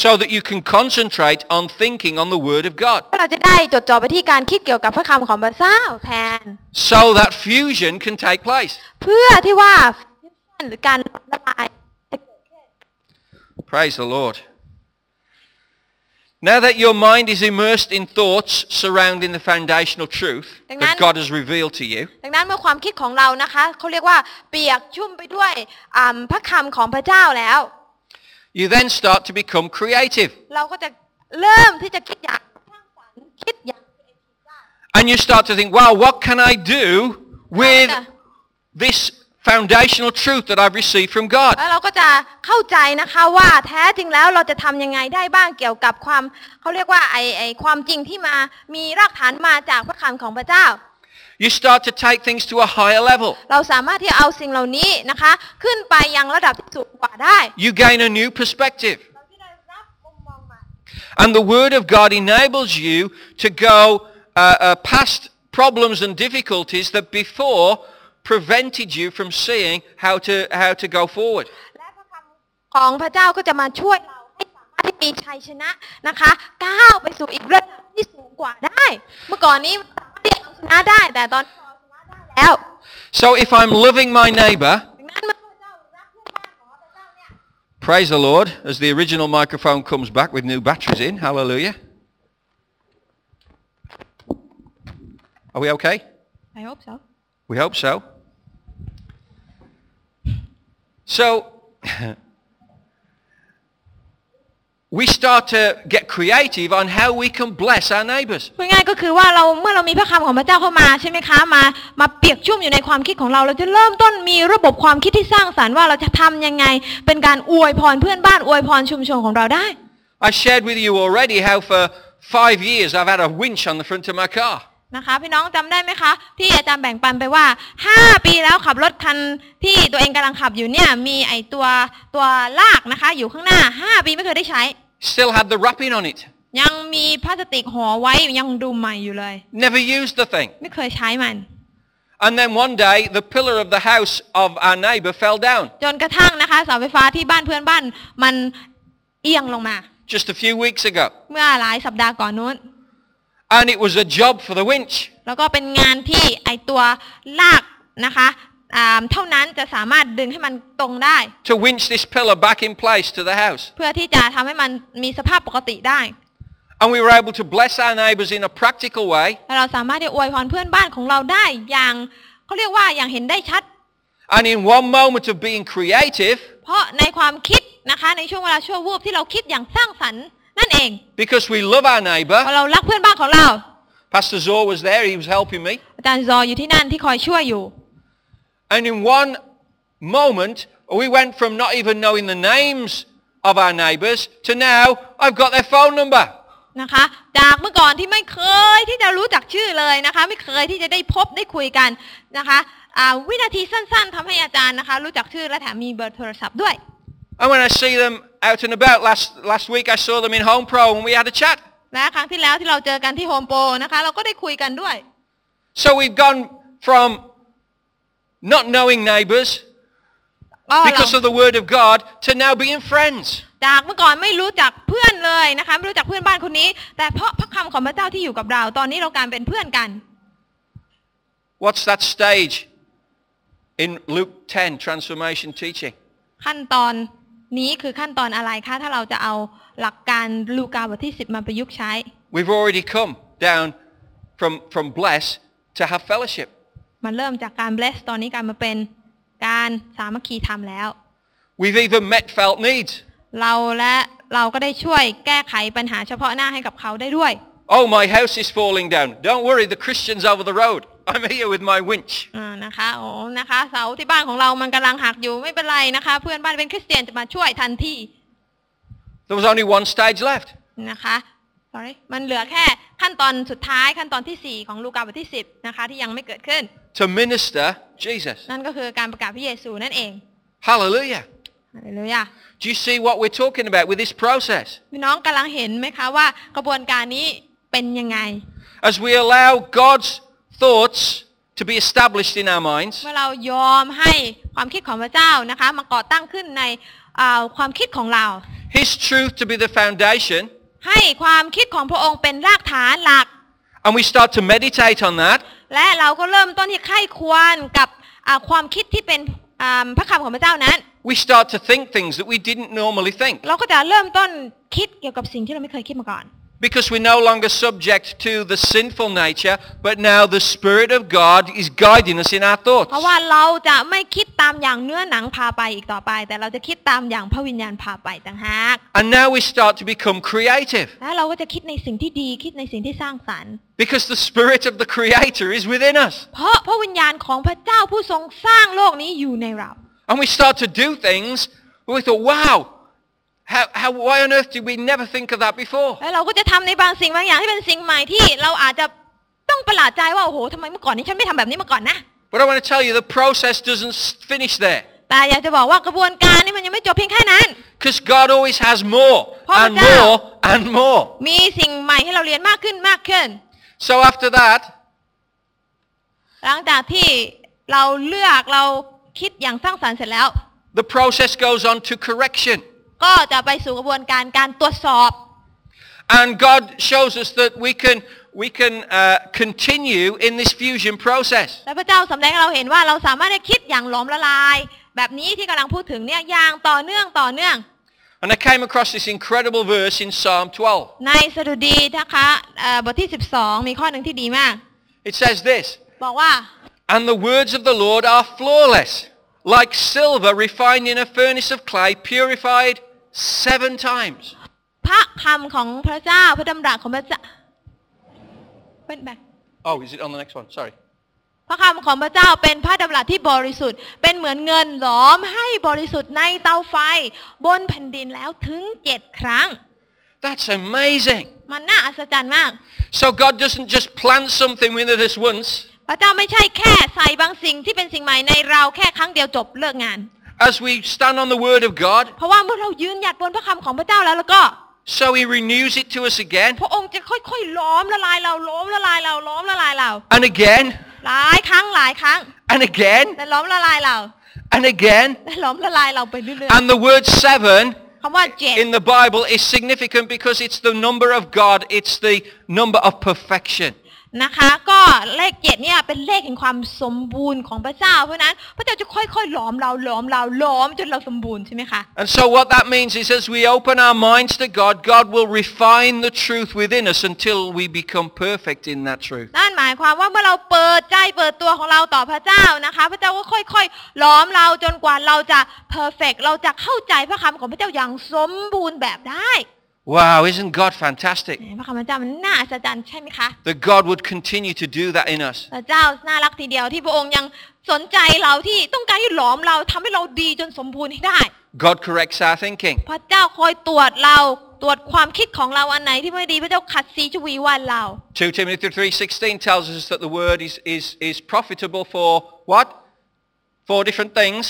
[SPEAKER 1] so that you can concentrate on thinking on the Word of God.
[SPEAKER 2] เราจะได้จดจ่อไปที่การคิดเกี่ยวกับพระคำของพระเจ้าแทน
[SPEAKER 1] So that fusion can take place.
[SPEAKER 2] เพื่อที่ว่าหรือการละลายจะเกิดขึ้น
[SPEAKER 1] Praise the Lord. Now that your mind is immersed in thoughts surrounding the foundational truth
[SPEAKER 2] Hang
[SPEAKER 1] that
[SPEAKER 2] on.
[SPEAKER 1] God has revealed to you,
[SPEAKER 2] ดังนั้นเมื่อความคิดของเรานะคะเขาเรียกว่าเปียกชุ่มไปด้วยอ่ำพระคำของพระเจ้าแล้ว
[SPEAKER 1] you then start to become creative
[SPEAKER 2] เราก็จะเริ่มที่จะคิดอย่างสร้างสรรค์คิดอย่าง creative ได้
[SPEAKER 1] and you start to think, wow, what can I do with
[SPEAKER 2] Father.
[SPEAKER 1] this foundational truth that I've received from God?
[SPEAKER 2] แล้วเราก็จะเข้าใจนะคะว่าแท้จริงแล้วเราจะทำยังไงได้บ้างเกี่ยวกับความเขาเรียกว่าไอไอความจริงที่มามีรากฐานมาจากพระคำของพระเจ้า
[SPEAKER 1] You start to take things to a higher level.
[SPEAKER 2] เราสามารถที่จะเอาสิ่งเหล่านี้นะคะ ขึ้นไปยังระดับที่สูงกว่าได้
[SPEAKER 1] You gain a new perspective.
[SPEAKER 2] เราที่ได้รับมุมมองใหม่
[SPEAKER 1] And the Word of God enables you to go uh, uh, past problems and difficulties that before prevented you from seeing how to, how to go forward.
[SPEAKER 2] และพระคำของพระเจ้าก็จะมาช่วยเราให้สามารถที่มีชัยชนะนะคะก้าวไปสู่อีกระดับที่สูงกว่าได้ เมื่อก่อนนี้สามารถที่จะเอาชนะได้ แต่ตอนนี้เราเอาชนะได้แล้ว
[SPEAKER 1] So if I'm loving my neighbor,
[SPEAKER 2] ดังนั้นเมื่อพระเจ้ารักเพื่อนบ้านของพระเจ้าเนี่ย
[SPEAKER 1] praise the Lord, as the original microphone comes back with new batteries in, hallelujah. Are we okay?
[SPEAKER 2] I hope so
[SPEAKER 1] We hope so. So we start to get creative on how we can bless our neighbors.
[SPEAKER 2] พูดง่ายๆก็คือว่าเราเมื่อเรามีพระคำของพระเจ้าเข้ามาใช่ไหมคะมามาเปียกชุ่มอยู่ในความคิดของเรา เราจะเริ่มต้นมีระบบความคิดที่สร้างสรรค์ว่าเราจะทำยังไง เป็นการอวยพรเพื่อนบ้านอวยพรชุมชนของเราได้
[SPEAKER 1] I shared with you already how for five years I've had a winch on the front of my car.
[SPEAKER 2] นะคะ พี่น้องจำได้ไหมคะ ที่อาจารย์แบ่งปันไปว่า 5 ปีแล้วขับรถคันที่ตัวเองกำลังขับอยู่เนี่ยมีไอตัวตัวลากนะคะ อยู่ข้างหน้า 5 ปีไม่เคยได้ใช้
[SPEAKER 1] Still had the wrapping on it.
[SPEAKER 2] ยังมีพลาสติกห่อไว้ยังดูใหม่อยู่เลย
[SPEAKER 1] Never used the thing.
[SPEAKER 2] ไม่เคยใช้มัน
[SPEAKER 1] And then one day the pillar of the house of our neighbor fell down.
[SPEAKER 2] จนกระทั่งนะคะเสาไฟฟ้าที่บ้านเพื่อนบ้านมันเอียงลงมา
[SPEAKER 1] just a few weeks ago.
[SPEAKER 2] เมื่อหลายสัปดาห์ก่อนนู้น
[SPEAKER 1] And it was a job for the winch.
[SPEAKER 2] แล้วก็เป็นงานที่ไอตัวลากนะคะอ่าเท่านั้นจะสามารถดึงให้มันตรงได้
[SPEAKER 1] to winch this pillar back in place to the house.
[SPEAKER 2] เพื่อที่จะทำให้มันมีสภาพปกติได้
[SPEAKER 1] And we were able to bless our neighbours in a practical way.
[SPEAKER 2] และเราสามารถที่อวยพรเพื่อนบ้านของเราได้อย่างเขาเรียกว่าอย่างเห็นได้ชัด
[SPEAKER 1] And in one moment of being creative,
[SPEAKER 2] เพราะในความคิดนะคะในช่วงเวลาชั่ววูบที่เราคิดอย่างสร้างสรรค์นั่นเอง
[SPEAKER 1] because we love our
[SPEAKER 2] พอ
[SPEAKER 1] neighbour,
[SPEAKER 2] เรารักเพื่อนบ้านของเรา
[SPEAKER 1] Pastor Zor was there, he was helping me.
[SPEAKER 2] อาจารย์ซออยู่ที่นั่นที่คอยช่วยอยู่
[SPEAKER 1] And in one moment, we went from not even knowing the names of our neighbours to now I've got their phone number.
[SPEAKER 2] นะคะ จากเมื่อก่อนที่ไม่เคยที่จะรู้จักชื่อเลยนะคะ ไม่เคยที่จะได้พบได้คุยกันนะคะอ่าวินาทีสั้นๆทำให้อาจารย์นะคะ รู้จักชื่อและแถมมีเบอร์โทรศัพท์ด้วย
[SPEAKER 1] And when I see them out and about, last, last week I saw them in Home Pro and we had a chat.
[SPEAKER 2] และครั้งที่แล้วที่เราเจอกันที่โฮมโปรนะคะ เราก็ได้คุยกันด้วย
[SPEAKER 1] So we've gone from not knowing neighbours
[SPEAKER 2] ก็เรา
[SPEAKER 1] because of the word of God to now being friends.
[SPEAKER 2] จากเมื่อก่อนไม่รู้จักเพื่อนเลยนะคะ ไม่รู้จักเพื่อนบ้านคนนี้ แต่เพราะพระคำของพระเจ้าที่อยู่กับเรา ตอนนี้เรากลารเป็นเพื่อนกัน
[SPEAKER 1] What's that stage in Luke 10 transformation teaching?
[SPEAKER 2] ขั้นตอนนี้คือขั้นตอนอะไรคะถ้าเราจะเอาหลักการลูกาบทที่ 10 มาประยุกต์ใช้
[SPEAKER 1] We've already come down from, from bless to have fellowship.
[SPEAKER 2] มันเริ่มจากการ bless ตอนนี้กลารมาเป็นการสามัคคีธรรมแล้ว
[SPEAKER 1] We've even met felt needs.
[SPEAKER 2] เราและเราก็ได้ช่วยแก้ไขปัญหาเฉพาะหน้าให้กับเขาได้ด้วย
[SPEAKER 1] Oh, my house is falling down. Don't worry, the Christian's over the road. I'm here with my winch.
[SPEAKER 2] อ่านะคะโอ้นะคะเสาที่บ้านของเรามันกำลังหักอยู่ไม่เป็นไรนะคะ เพื่อนบ้านเป็นคริสเตียนจะมาช่วยทันที
[SPEAKER 1] There was only one stage left.
[SPEAKER 2] นะคะ sorry มันเหลือแค่ขั้นตอนสุดท้ายขั้นตอนที่ 4 ของลูกาบทที่ 10 นะคะ ที่ยังไม่เกิดขึ้น
[SPEAKER 1] To minister Jesus.
[SPEAKER 2] นั่นก็คือการประกาศพระเยซูนั่นเอง
[SPEAKER 1] Hallelujah.
[SPEAKER 2] ฮาเลลูยา
[SPEAKER 1] Do you see what we're talking about with this process?
[SPEAKER 2] พี่น้องกำลังเห็นไหมคะว่ากระบวนการนี้เป็นยังไง
[SPEAKER 1] As we allow God's thoughts to be established in our minds,
[SPEAKER 2] เมื่อเรายอมให้ความคิดของพระเจ้านะคะ มาก่อตั้งขึ้นในอ่าความคิดของเรา
[SPEAKER 1] His truth to be the foundation,
[SPEAKER 2] ให้ความคิดของพระองค์เป็นรากฐานหลัก
[SPEAKER 1] and we start to meditate on that,
[SPEAKER 2] และเราก็เริ่มต้นที่ไข้ควรกับอ่าความคิดที่เป็นอ่าพระคำของพระเจ้านั้น
[SPEAKER 1] we start to think things that we didn't normally think
[SPEAKER 2] เราก็จะเริ่มต้นคิดเกี่ยวกับสิ่งที่เราไม่เคยคิดมาก่อน
[SPEAKER 1] because we're no longer subject to the sinful nature, but now the Spirit of God is guiding us in our
[SPEAKER 2] เพ
[SPEAKER 1] thoughts.
[SPEAKER 2] ราะว่าเราจะไม่คิดตามอย่างเนื้อหนังพาไปอีกต่อไป แต่เราจะคิดตามอย่างพระวิญญาณพาไปต่างหาก
[SPEAKER 1] And now we start to become creative
[SPEAKER 2] และเราก็จะคิดในสิ่งที่ดีคิดในสิ่งที่สร้างสรรค์
[SPEAKER 1] because the Spirit of the Creator is within us.
[SPEAKER 2] เพราะพระวิญญาณของพระเจ้าผู้ทรงสร้างโลกนี้อยู่ในเรา
[SPEAKER 1] And we start to do things where we thought, wow, how, how, why on earth did we never think of that before?
[SPEAKER 2] และเราก็จะทำในบางสิ่งบางอย่างที่เป็นสิ่งใหม่ที่เราอาจจะต้องประหลาดใจว่าโอ้โหทำไมเมื่อก่อนนี้ฉันไม่ทำแบบนี้มาก่อนนะ
[SPEAKER 1] But I want to tell you the process doesn't s- finish there
[SPEAKER 2] แต่อยากจะบอกว่ากระบวนการนี่มันยังไม่จบเพียงแค่นั้น
[SPEAKER 1] because God always has more
[SPEAKER 2] Papa
[SPEAKER 1] and
[SPEAKER 2] Dale.
[SPEAKER 1] more and more.
[SPEAKER 2] มีสิ่งใหม่ให้เราเรียนมากขึ้นมากขึ้น
[SPEAKER 1] So after that,
[SPEAKER 2] หลังจากที่เราเลือกเราคิดอย่างสร้างสรรค์เสร็จแล้ว
[SPEAKER 1] the process goes on to correction.
[SPEAKER 2] ก็จะไปสู่กระบวนการการตรวจสอบ
[SPEAKER 1] And God shows us that we can, we can uh, continue in this fusion process.
[SPEAKER 2] และพระเจ้าสำแดงให้เราเห็นว่าเราสามารถได้คิดอย่างหลอมละลาย แบบนี้ที่กำลังพูดถึงเนี่ยอย่างต่อเนื่องต่อเนื่อง
[SPEAKER 1] And I came across this incredible verse in Psalm 12.
[SPEAKER 2] ในสดุดีนะคะเอ่อบทที่ 12 มีข้อหนึ่งที่ดีมาก
[SPEAKER 1] It says this,
[SPEAKER 2] บอกว่า
[SPEAKER 1] and the words of the Lord are flawless. like silver refined in a furnace of clay, purified seven times.
[SPEAKER 2] พระคำของพระเจ้าพระดำรัสของพระเจ้าเป็นแบบ
[SPEAKER 1] Oh, is it on the next one? Sorry.
[SPEAKER 2] พระคำของพระเจ้าเป็นพระดำรัสที่บริสุทธิ์ เป็นเหมือนเงินหลอมให้บริสุทธิ์ในเตาไฟ บนแผ่นดินแล้วถึงเจ็ดครั้ง
[SPEAKER 1] That's amazing.
[SPEAKER 2] มันน่าอัศจรรย์มาก
[SPEAKER 1] So God doesn't just plant something within us once.
[SPEAKER 2] พระเจ้าไม่ใช่แค่ใส่บางสิ่งที่เป็นสิ่งใหม่ในเราแค่ครั้งเดียวจบเลิกงาน
[SPEAKER 1] As we stand on the word of God,
[SPEAKER 2] เพราะว่าเมื่อเรายืนหยัดบนพระคำของพระเจ้าแล้วแล้วก็
[SPEAKER 1] so he renews it to us again
[SPEAKER 2] พระองค์จะค่อยๆล้อมละลายเราล้อมละลายเราล้อมละลายเรา
[SPEAKER 1] and again
[SPEAKER 2] หลายครั้งหลายครั้ง
[SPEAKER 1] and again
[SPEAKER 2] และล้อมละลายเรา
[SPEAKER 1] and again.
[SPEAKER 2] และล้อมละลายเราไปเรื่อย
[SPEAKER 1] And the word seven
[SPEAKER 2] ๆคำว่าเจ็ด
[SPEAKER 1] in the Bible is significant because it's the number of God. It's the number of perfection.
[SPEAKER 2] นะคะก็เลขเจ็ดเนี่ยเป็นเลขแห่งความสมบูรณ์ของพระเจ้าเพราะฉะนั้นพระเจ้าจะค่อยๆหลอมเราหลอมเราหลอมจนเราสมบูรณ์ใช่ไหมคะ
[SPEAKER 1] And so what that means is as we open our minds to God, God will refine the truth within us until we become perfect in that truth.
[SPEAKER 2] นั่นหมายความว่าเมื่อเราเปิดใจเปิดตัวของเราต่อพระเจ้านะคะ พระเจ้าก็ค่อยๆหล้อมเราจนกว่าเราจะเพอร์เฟกเราจะเข้าใจพระคำของพระเจ้าอย่างสมบูรณ์แบบได้
[SPEAKER 1] Wow, isn't God fantastic?
[SPEAKER 2] พระคำพระเจ้ามันน่าอัศจรรย์ใช่ไหมคะ
[SPEAKER 1] That God would continue to do that in us.
[SPEAKER 2] พระเจ้าน่ารักทีเดียวที่พระองค์ยังสนใจเราที่ต้องการที่หลอมเราทำให้เราดีจนสมบูรณ์ให้ได้
[SPEAKER 1] God corrects our thinking.
[SPEAKER 2] พระเจ้าคอยตรวจเราตรวจความคิดของเราอันไหนที่ไม่ดีพระเจ้าขัดสีชวีวันเรา
[SPEAKER 1] 2 Timothy 3.16 tells us that the word is, is, is profitable for what? Four different things.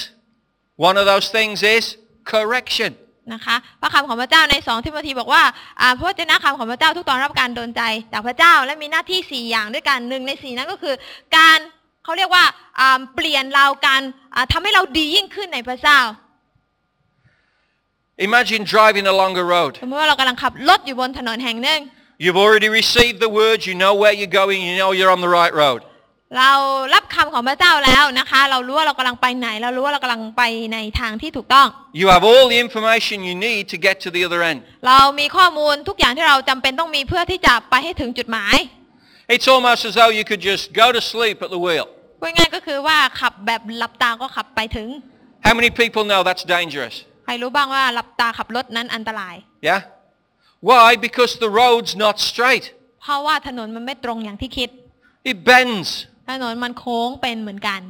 [SPEAKER 1] One of those things is correction.
[SPEAKER 2] นะคะพระคำของพระเจ้าในสองทิโมธีบอกว่าอ่าพระวจนะคำของพระเจ้าทุกตอนรับการโดนใจจากพระเจ้าและมีหน้าที่ 4 อย่างด้วยกันหนึ่งใน 4 นั้นก็คือ การเขาเรียกว่าอ่าเปลี่ยนเราการอ่าทำให้เราดียิ่งขึ้นในพระเจ้า
[SPEAKER 1] Imagine driving along a
[SPEAKER 2] ส
[SPEAKER 1] road.
[SPEAKER 2] มมติว่าเรากำลังขับรถอยู่บนถนนแห่งหนึ่ง
[SPEAKER 1] You've already received the word. You know where you're going. You know you're on the right road.
[SPEAKER 2] เรารับคำของพระเจ้าแล้วนะคะ เรารู้ว่าเรากำลังไปไหน เรารู้ว่าเรากำลังไปในทางที่ถูกต้อง
[SPEAKER 1] You have all the information you need to get to the other end.
[SPEAKER 2] เรามีข้อมูลทุกอย่างที่เราจำเป็นต้องมีเพื่อที่จะไปให้ถึงจุดหมาย
[SPEAKER 1] It's almost as though you could just go to sleep at the wheel.
[SPEAKER 2] พูดง่ายๆก็คือว่าขับแบบหลับตาก็ขับไปถึง
[SPEAKER 1] How many people know that's dangerous?
[SPEAKER 2] ใครรู้บ้างว่าหลับตาขับรถนั้นอันตราย
[SPEAKER 1] Yeah? Why? Because the road's not straight.
[SPEAKER 2] เพราะว่าถนนมันไม่ตรงอย่างที่คิด
[SPEAKER 1] It bends.
[SPEAKER 2] ถนนมันโค้งเป็นเหมือนกัน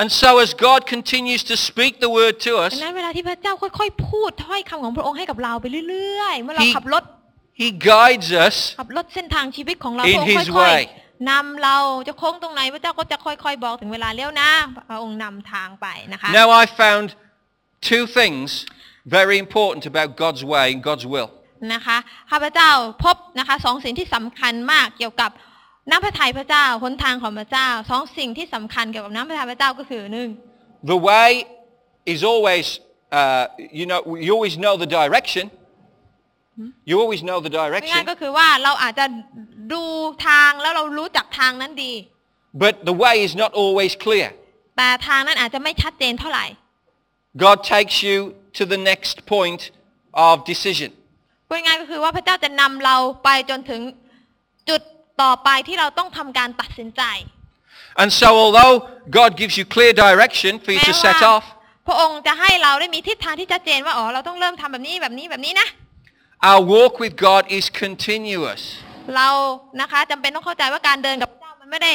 [SPEAKER 1] And so as God continues to speak the word to
[SPEAKER 2] ดัง
[SPEAKER 1] us,
[SPEAKER 2] นั้นเวลาที่พระเจ้าค่อยๆ พูดถ้อยคำของพระองค์ให้กับเราไปเรื่อยๆ เมื่อเราขับรถ
[SPEAKER 1] he guides us
[SPEAKER 2] ขับรถเส้นทางชีวิตของเรา
[SPEAKER 1] In
[SPEAKER 2] พระองค์
[SPEAKER 1] His
[SPEAKER 2] ค่อย
[SPEAKER 1] way
[SPEAKER 2] ๆนำเราจะโค้งตรงไหนพระเจ้าก็จะค่อยๆ บอกถึงเวลาเลี้ยวนะพระองค์นำทางไปนะคะ
[SPEAKER 1] Now I found two things very important about God's way and God's will.
[SPEAKER 2] นะคะข้าพเจ้าพบนะคะสองสิ่งที่สำคัญมากเกี่ยวกับน้ำพระทัยพระเจ้าหนทางของพระเจ้าสองสิ่งที่สำคัญเกี่ยวกับน้ำพระทัยพระเจ้าก็คือหนึ่ง
[SPEAKER 1] The way is always, uh, you know, you always know the direction. You always know the
[SPEAKER 2] ง่าย
[SPEAKER 1] direction,
[SPEAKER 2] ๆก็คือว่าเราอาจจะดูทางแล้วเรารู้จักทางนั้นดี
[SPEAKER 1] but the way is not always clear.
[SPEAKER 2] แต่ทางนั้นอาจจะไม่ชัดเจนเท่าไหร่
[SPEAKER 1] God takes you to the next point of decision.
[SPEAKER 2] พูดง่ายๆก็คือว่าพระเจ้าจะนำเราไปจนถึงจุดต่อไปที่เราต้องทำการตัดสินใจ
[SPEAKER 1] And so although God gives you clear direction for you to
[SPEAKER 2] แม้ว่า
[SPEAKER 1] set off,
[SPEAKER 2] พระองค์จะให้เราได้มีทิศทางที่ชัดเจนว่าอ๋อเราต้องเริ่มทำแบบนี้แบบนี้แบบนี้นะ
[SPEAKER 1] our walk with God is continuous.
[SPEAKER 2] เรานะคะจำเป็นต้องเข้าใจว่าการเดินกับพระเจ้ามันไม่ได้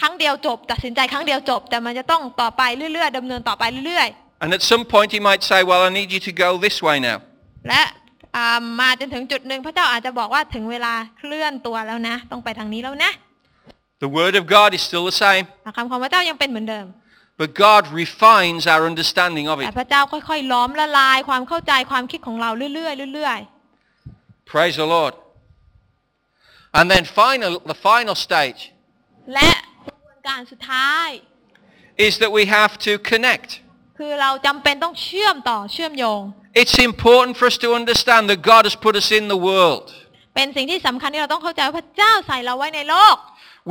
[SPEAKER 2] ครั้งเดียวจบ ตัดสินใจครั้งเดียวจบ แต่มันจะต้องต่อไปเรื่อยๆดำเนินต่อไปเรื่อย
[SPEAKER 1] And at some point he might say, well, I need you to go this way now.
[SPEAKER 2] ๆ และอ่ามาจนถึงจุดหนึ่งพระเจ้าอาจจะบอกว่าถึงเวลาเคลื่อนตัวแล้วนะ ต้องไปทางนี้แล้วนะ
[SPEAKER 1] The word of God is still the same,
[SPEAKER 2] คำของพระเจ้ายังเป็นเหมือนเดิม
[SPEAKER 1] but God refines our understanding of
[SPEAKER 2] แต่
[SPEAKER 1] it.
[SPEAKER 2] พระเจ้าค่อยๆล้อมละลายความเข้าใจความคิดของเราเรื่อยๆเรื่อย
[SPEAKER 1] Praise the Lord. And then final, the final stage
[SPEAKER 2] ๆ และกระบวนการสุดท้าย
[SPEAKER 1] is that we have to connect.
[SPEAKER 2] คือเราจำเป็นต้องเชื่อมต่อเชื่อมโยง
[SPEAKER 1] It's important for us to understand that God has put us in the world.
[SPEAKER 2] เป็นสิ่งที่สำคัญที่เราต้องเข้าใจว่าพระเจ้าใส่เราไว้ในโลก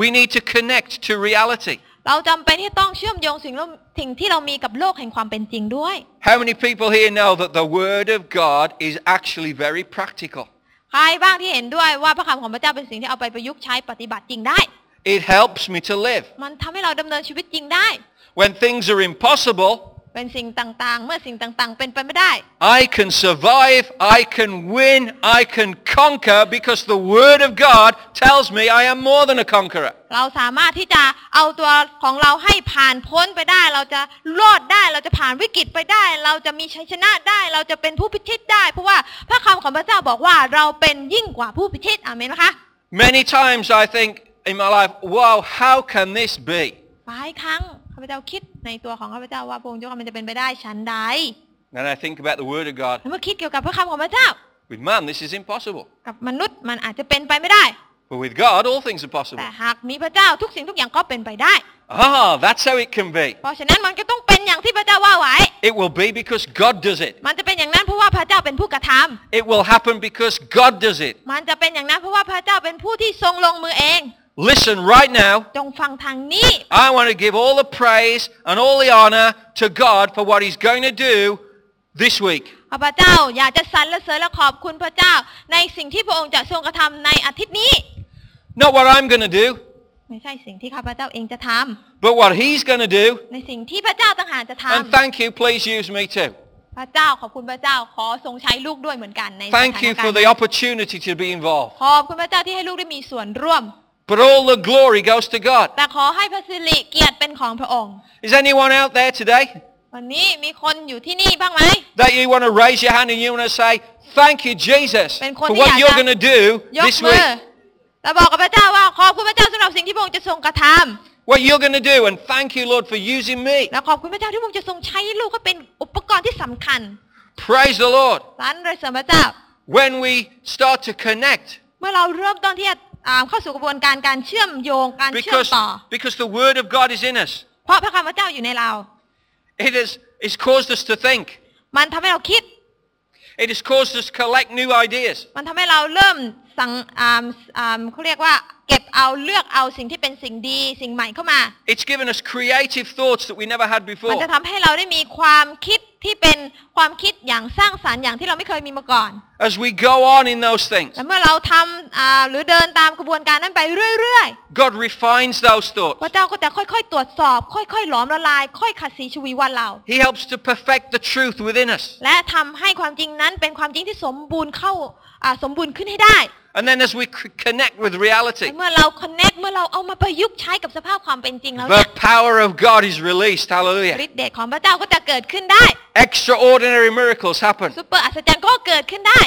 [SPEAKER 1] We need to connect to reality.
[SPEAKER 2] เราจำเป็นที่ต้องเชื่อมโยงสิ่งเราสิ่งที่เรามีกับโลกแห่งความเป็นจริงด้วย
[SPEAKER 1] How many people here know that the Word of God is actually very practical?
[SPEAKER 2] ใครบ้างที่เห็นด้วยว่าพระคำของพระเจ้าเป็นสิ่งที่เอาไปประยุกต์ใช้ปฏิบัติจริงได้
[SPEAKER 1] It helps me to live.
[SPEAKER 2] มันทำให้เราดำเนินชีวิตจริงได้
[SPEAKER 1] When things are impossible,
[SPEAKER 2] เป็นสิ่งต่างๆ เมื่อสิ่งต่างๆ เป็นไปไม่ได้
[SPEAKER 1] I can survive, I can win, I can conquer because the Word of God tells me I am more than a conqueror.
[SPEAKER 2] เราสามารถที่จะเอาตัวของเราให้ผ่านพ้นไปได้ เราจะรอดได้ เราจะผ่านวิกฤตไปได้ เราจะมีชัยชนะได้ เราจะเป็นผู้พิชิตได้ เพราะว่าพระคำของพระเจ้าบอกว่าเราเป็นยิ่งกว่าผู้พิชิตอาเมนไหมคะ
[SPEAKER 1] Many times I think in my life, wow, how can this be?
[SPEAKER 2] หลายครั้งข้าพเจ้าคิดในตัวของข้าพเจ้าว่าพระองค์เจ้ามันจะเป็นไปได้ชั้นใด
[SPEAKER 1] And I think about the Word of God.
[SPEAKER 2] แล้วเมื่อคิดเกี่ยวกับพระคำของพระเจ้า
[SPEAKER 1] With man, this is impossible.
[SPEAKER 2] กับมนุษย์มันอาจจะเป็นไปไม่ได้
[SPEAKER 1] But with God, all things are possible.
[SPEAKER 2] แต่หากมีพระเจ้าทุกสิ่งทุกอย่างก็เป็นไปได้
[SPEAKER 1] Ah, that's how it can be.
[SPEAKER 2] เพราะฉะนั้นมันก็ต้องเป็นอย่างที่พระเจ้าว่าไว้
[SPEAKER 1] It will be because God does it.
[SPEAKER 2] มันจะเป็นอย่างนั้นเพราะว่าพระเจ้าเป็นผู้กระทำ
[SPEAKER 1] It will happen because God does it.
[SPEAKER 2] มันจะเป็นอย่างนั้นเพราะว่าพระเจ้าเป็นผู้ที่ทรงลงมือเอง
[SPEAKER 1] Listen right now.
[SPEAKER 2] จงฟังทางนี้
[SPEAKER 1] I want to give all the praise and all the honor to God for what he's going to do this week.
[SPEAKER 2] ข้าพเจ้าอยากจะสรรเสริญและขอบคุณพระเจ้า ในสิ่งที่พระองค์จะทรงกระทำในอาทิตย์นี้
[SPEAKER 1] Not what I'm going to do,
[SPEAKER 2] ไม่ใช่สิ่งที่ข้าพเจ้าเองจะทำ
[SPEAKER 1] but what he's going to do.
[SPEAKER 2] ในสิ่งที่พระเจ้าต่างหากจะทำ
[SPEAKER 1] And thank you, please use me too.
[SPEAKER 2] พระเจ้าขอบคุณพระเจ้าขอทรงใช้ลูกด้วยเหมือนกันในสถาน
[SPEAKER 1] Thank
[SPEAKER 2] กา
[SPEAKER 1] you
[SPEAKER 2] ร
[SPEAKER 1] for
[SPEAKER 2] ณ์
[SPEAKER 1] the opportunity to be involved.
[SPEAKER 2] ขอบคุณพระเจ้าที่ให้ลูกได้มีส่วนร่วม
[SPEAKER 1] But all the glory goes to God.
[SPEAKER 2] แต่ขอให้พระสิริเกียรติเป็นของพระองค์
[SPEAKER 1] Is anyone out there today
[SPEAKER 2] วันนี้มีคนอยู่ที่นี่บ้างไหม
[SPEAKER 1] that you want to raise your hand and you want to say, thank you, Jesus, for
[SPEAKER 2] Ben kon
[SPEAKER 1] what
[SPEAKER 2] niet
[SPEAKER 1] you're
[SPEAKER 2] aan-
[SPEAKER 1] going to do
[SPEAKER 2] ยก
[SPEAKER 1] this
[SPEAKER 2] มือ
[SPEAKER 1] week?
[SPEAKER 2] แล้วบอกกับพระเจ้าว่าขอบคุณพระเจ้าสำหรับสิ่งที่พระองค์จะทรงกระทำ
[SPEAKER 1] What you're going to do, and thank you, Lord, for using me.
[SPEAKER 2] และขอบคุณพระเจ้าที่พระองค์จะทรงใช้ลูกก็เป็นอุปกรณ์ที่สำคัญ
[SPEAKER 1] Praise the Lord.
[SPEAKER 2] สรรเสริญพระเจ้า
[SPEAKER 1] When we start to connect,
[SPEAKER 2] เมื่อเราเริ่มต้นที่จะอ่าเข้าสู่กระบวนการการเชื่อมโยงการเชื่อม
[SPEAKER 1] because,
[SPEAKER 2] ต่อ
[SPEAKER 1] because the Word of God is in us.
[SPEAKER 2] เพราะพระคำพระเจ้าอยู่ในเรา
[SPEAKER 1] It has it's caused us to think.
[SPEAKER 2] มันทำให้เราคิด
[SPEAKER 1] It has caused us to collect new ideas.
[SPEAKER 2] มันทำให้เราเริ่มสั่งอ่ามอ่ามเขาเรียกว่า เก็บเอาเลือกเอาสิ่งที่เป็นสิ่งดี สิ่งใหม่เข้ามา
[SPEAKER 1] It's given us creative thoughts that we never had
[SPEAKER 2] มัน
[SPEAKER 1] before.
[SPEAKER 2] จะทำให้เราได้มีความคิดที่เป็นความคิดอย่างสร้างสารรค์อย่างที่เราไม่เคยมีมาก่อน
[SPEAKER 1] As we go on in those things,
[SPEAKER 2] และเมื่อเราทำอ่าหรือเดินตามกระบวนการนั้นไปเรื่อย
[SPEAKER 1] God refines those thoughts.
[SPEAKER 2] ๆ พระเจ้าก็จะค่อยๆ ตรวจสอบ ค่อยๆ หลอมละลาย ค่อยขัดสีชวีวันเรา
[SPEAKER 1] He helps to perfect the truth within us.
[SPEAKER 2] และทำให้ความจริงนั้นเป็นความจริงที่สมบูรณ์เข้าอ่าสมบูรณ์ขึ้นให้ได้
[SPEAKER 1] And then as we c- connect with reality,
[SPEAKER 2] และเมื่อเราคอนเน c t เมื่อเราเอามาประยุกต์ใช้กับสภาพความเป็นจริงแล้วเนี่
[SPEAKER 1] the
[SPEAKER 2] ย
[SPEAKER 1] power of God is released. Hallelujah.
[SPEAKER 2] ฤทธิ์เดชของพระเจ้าก็จะเกิดขึ้นได้
[SPEAKER 1] Extraordinary miracles happen.
[SPEAKER 2] ซูเปอร์อัศจรรย์ก็เกิดขึ้นได้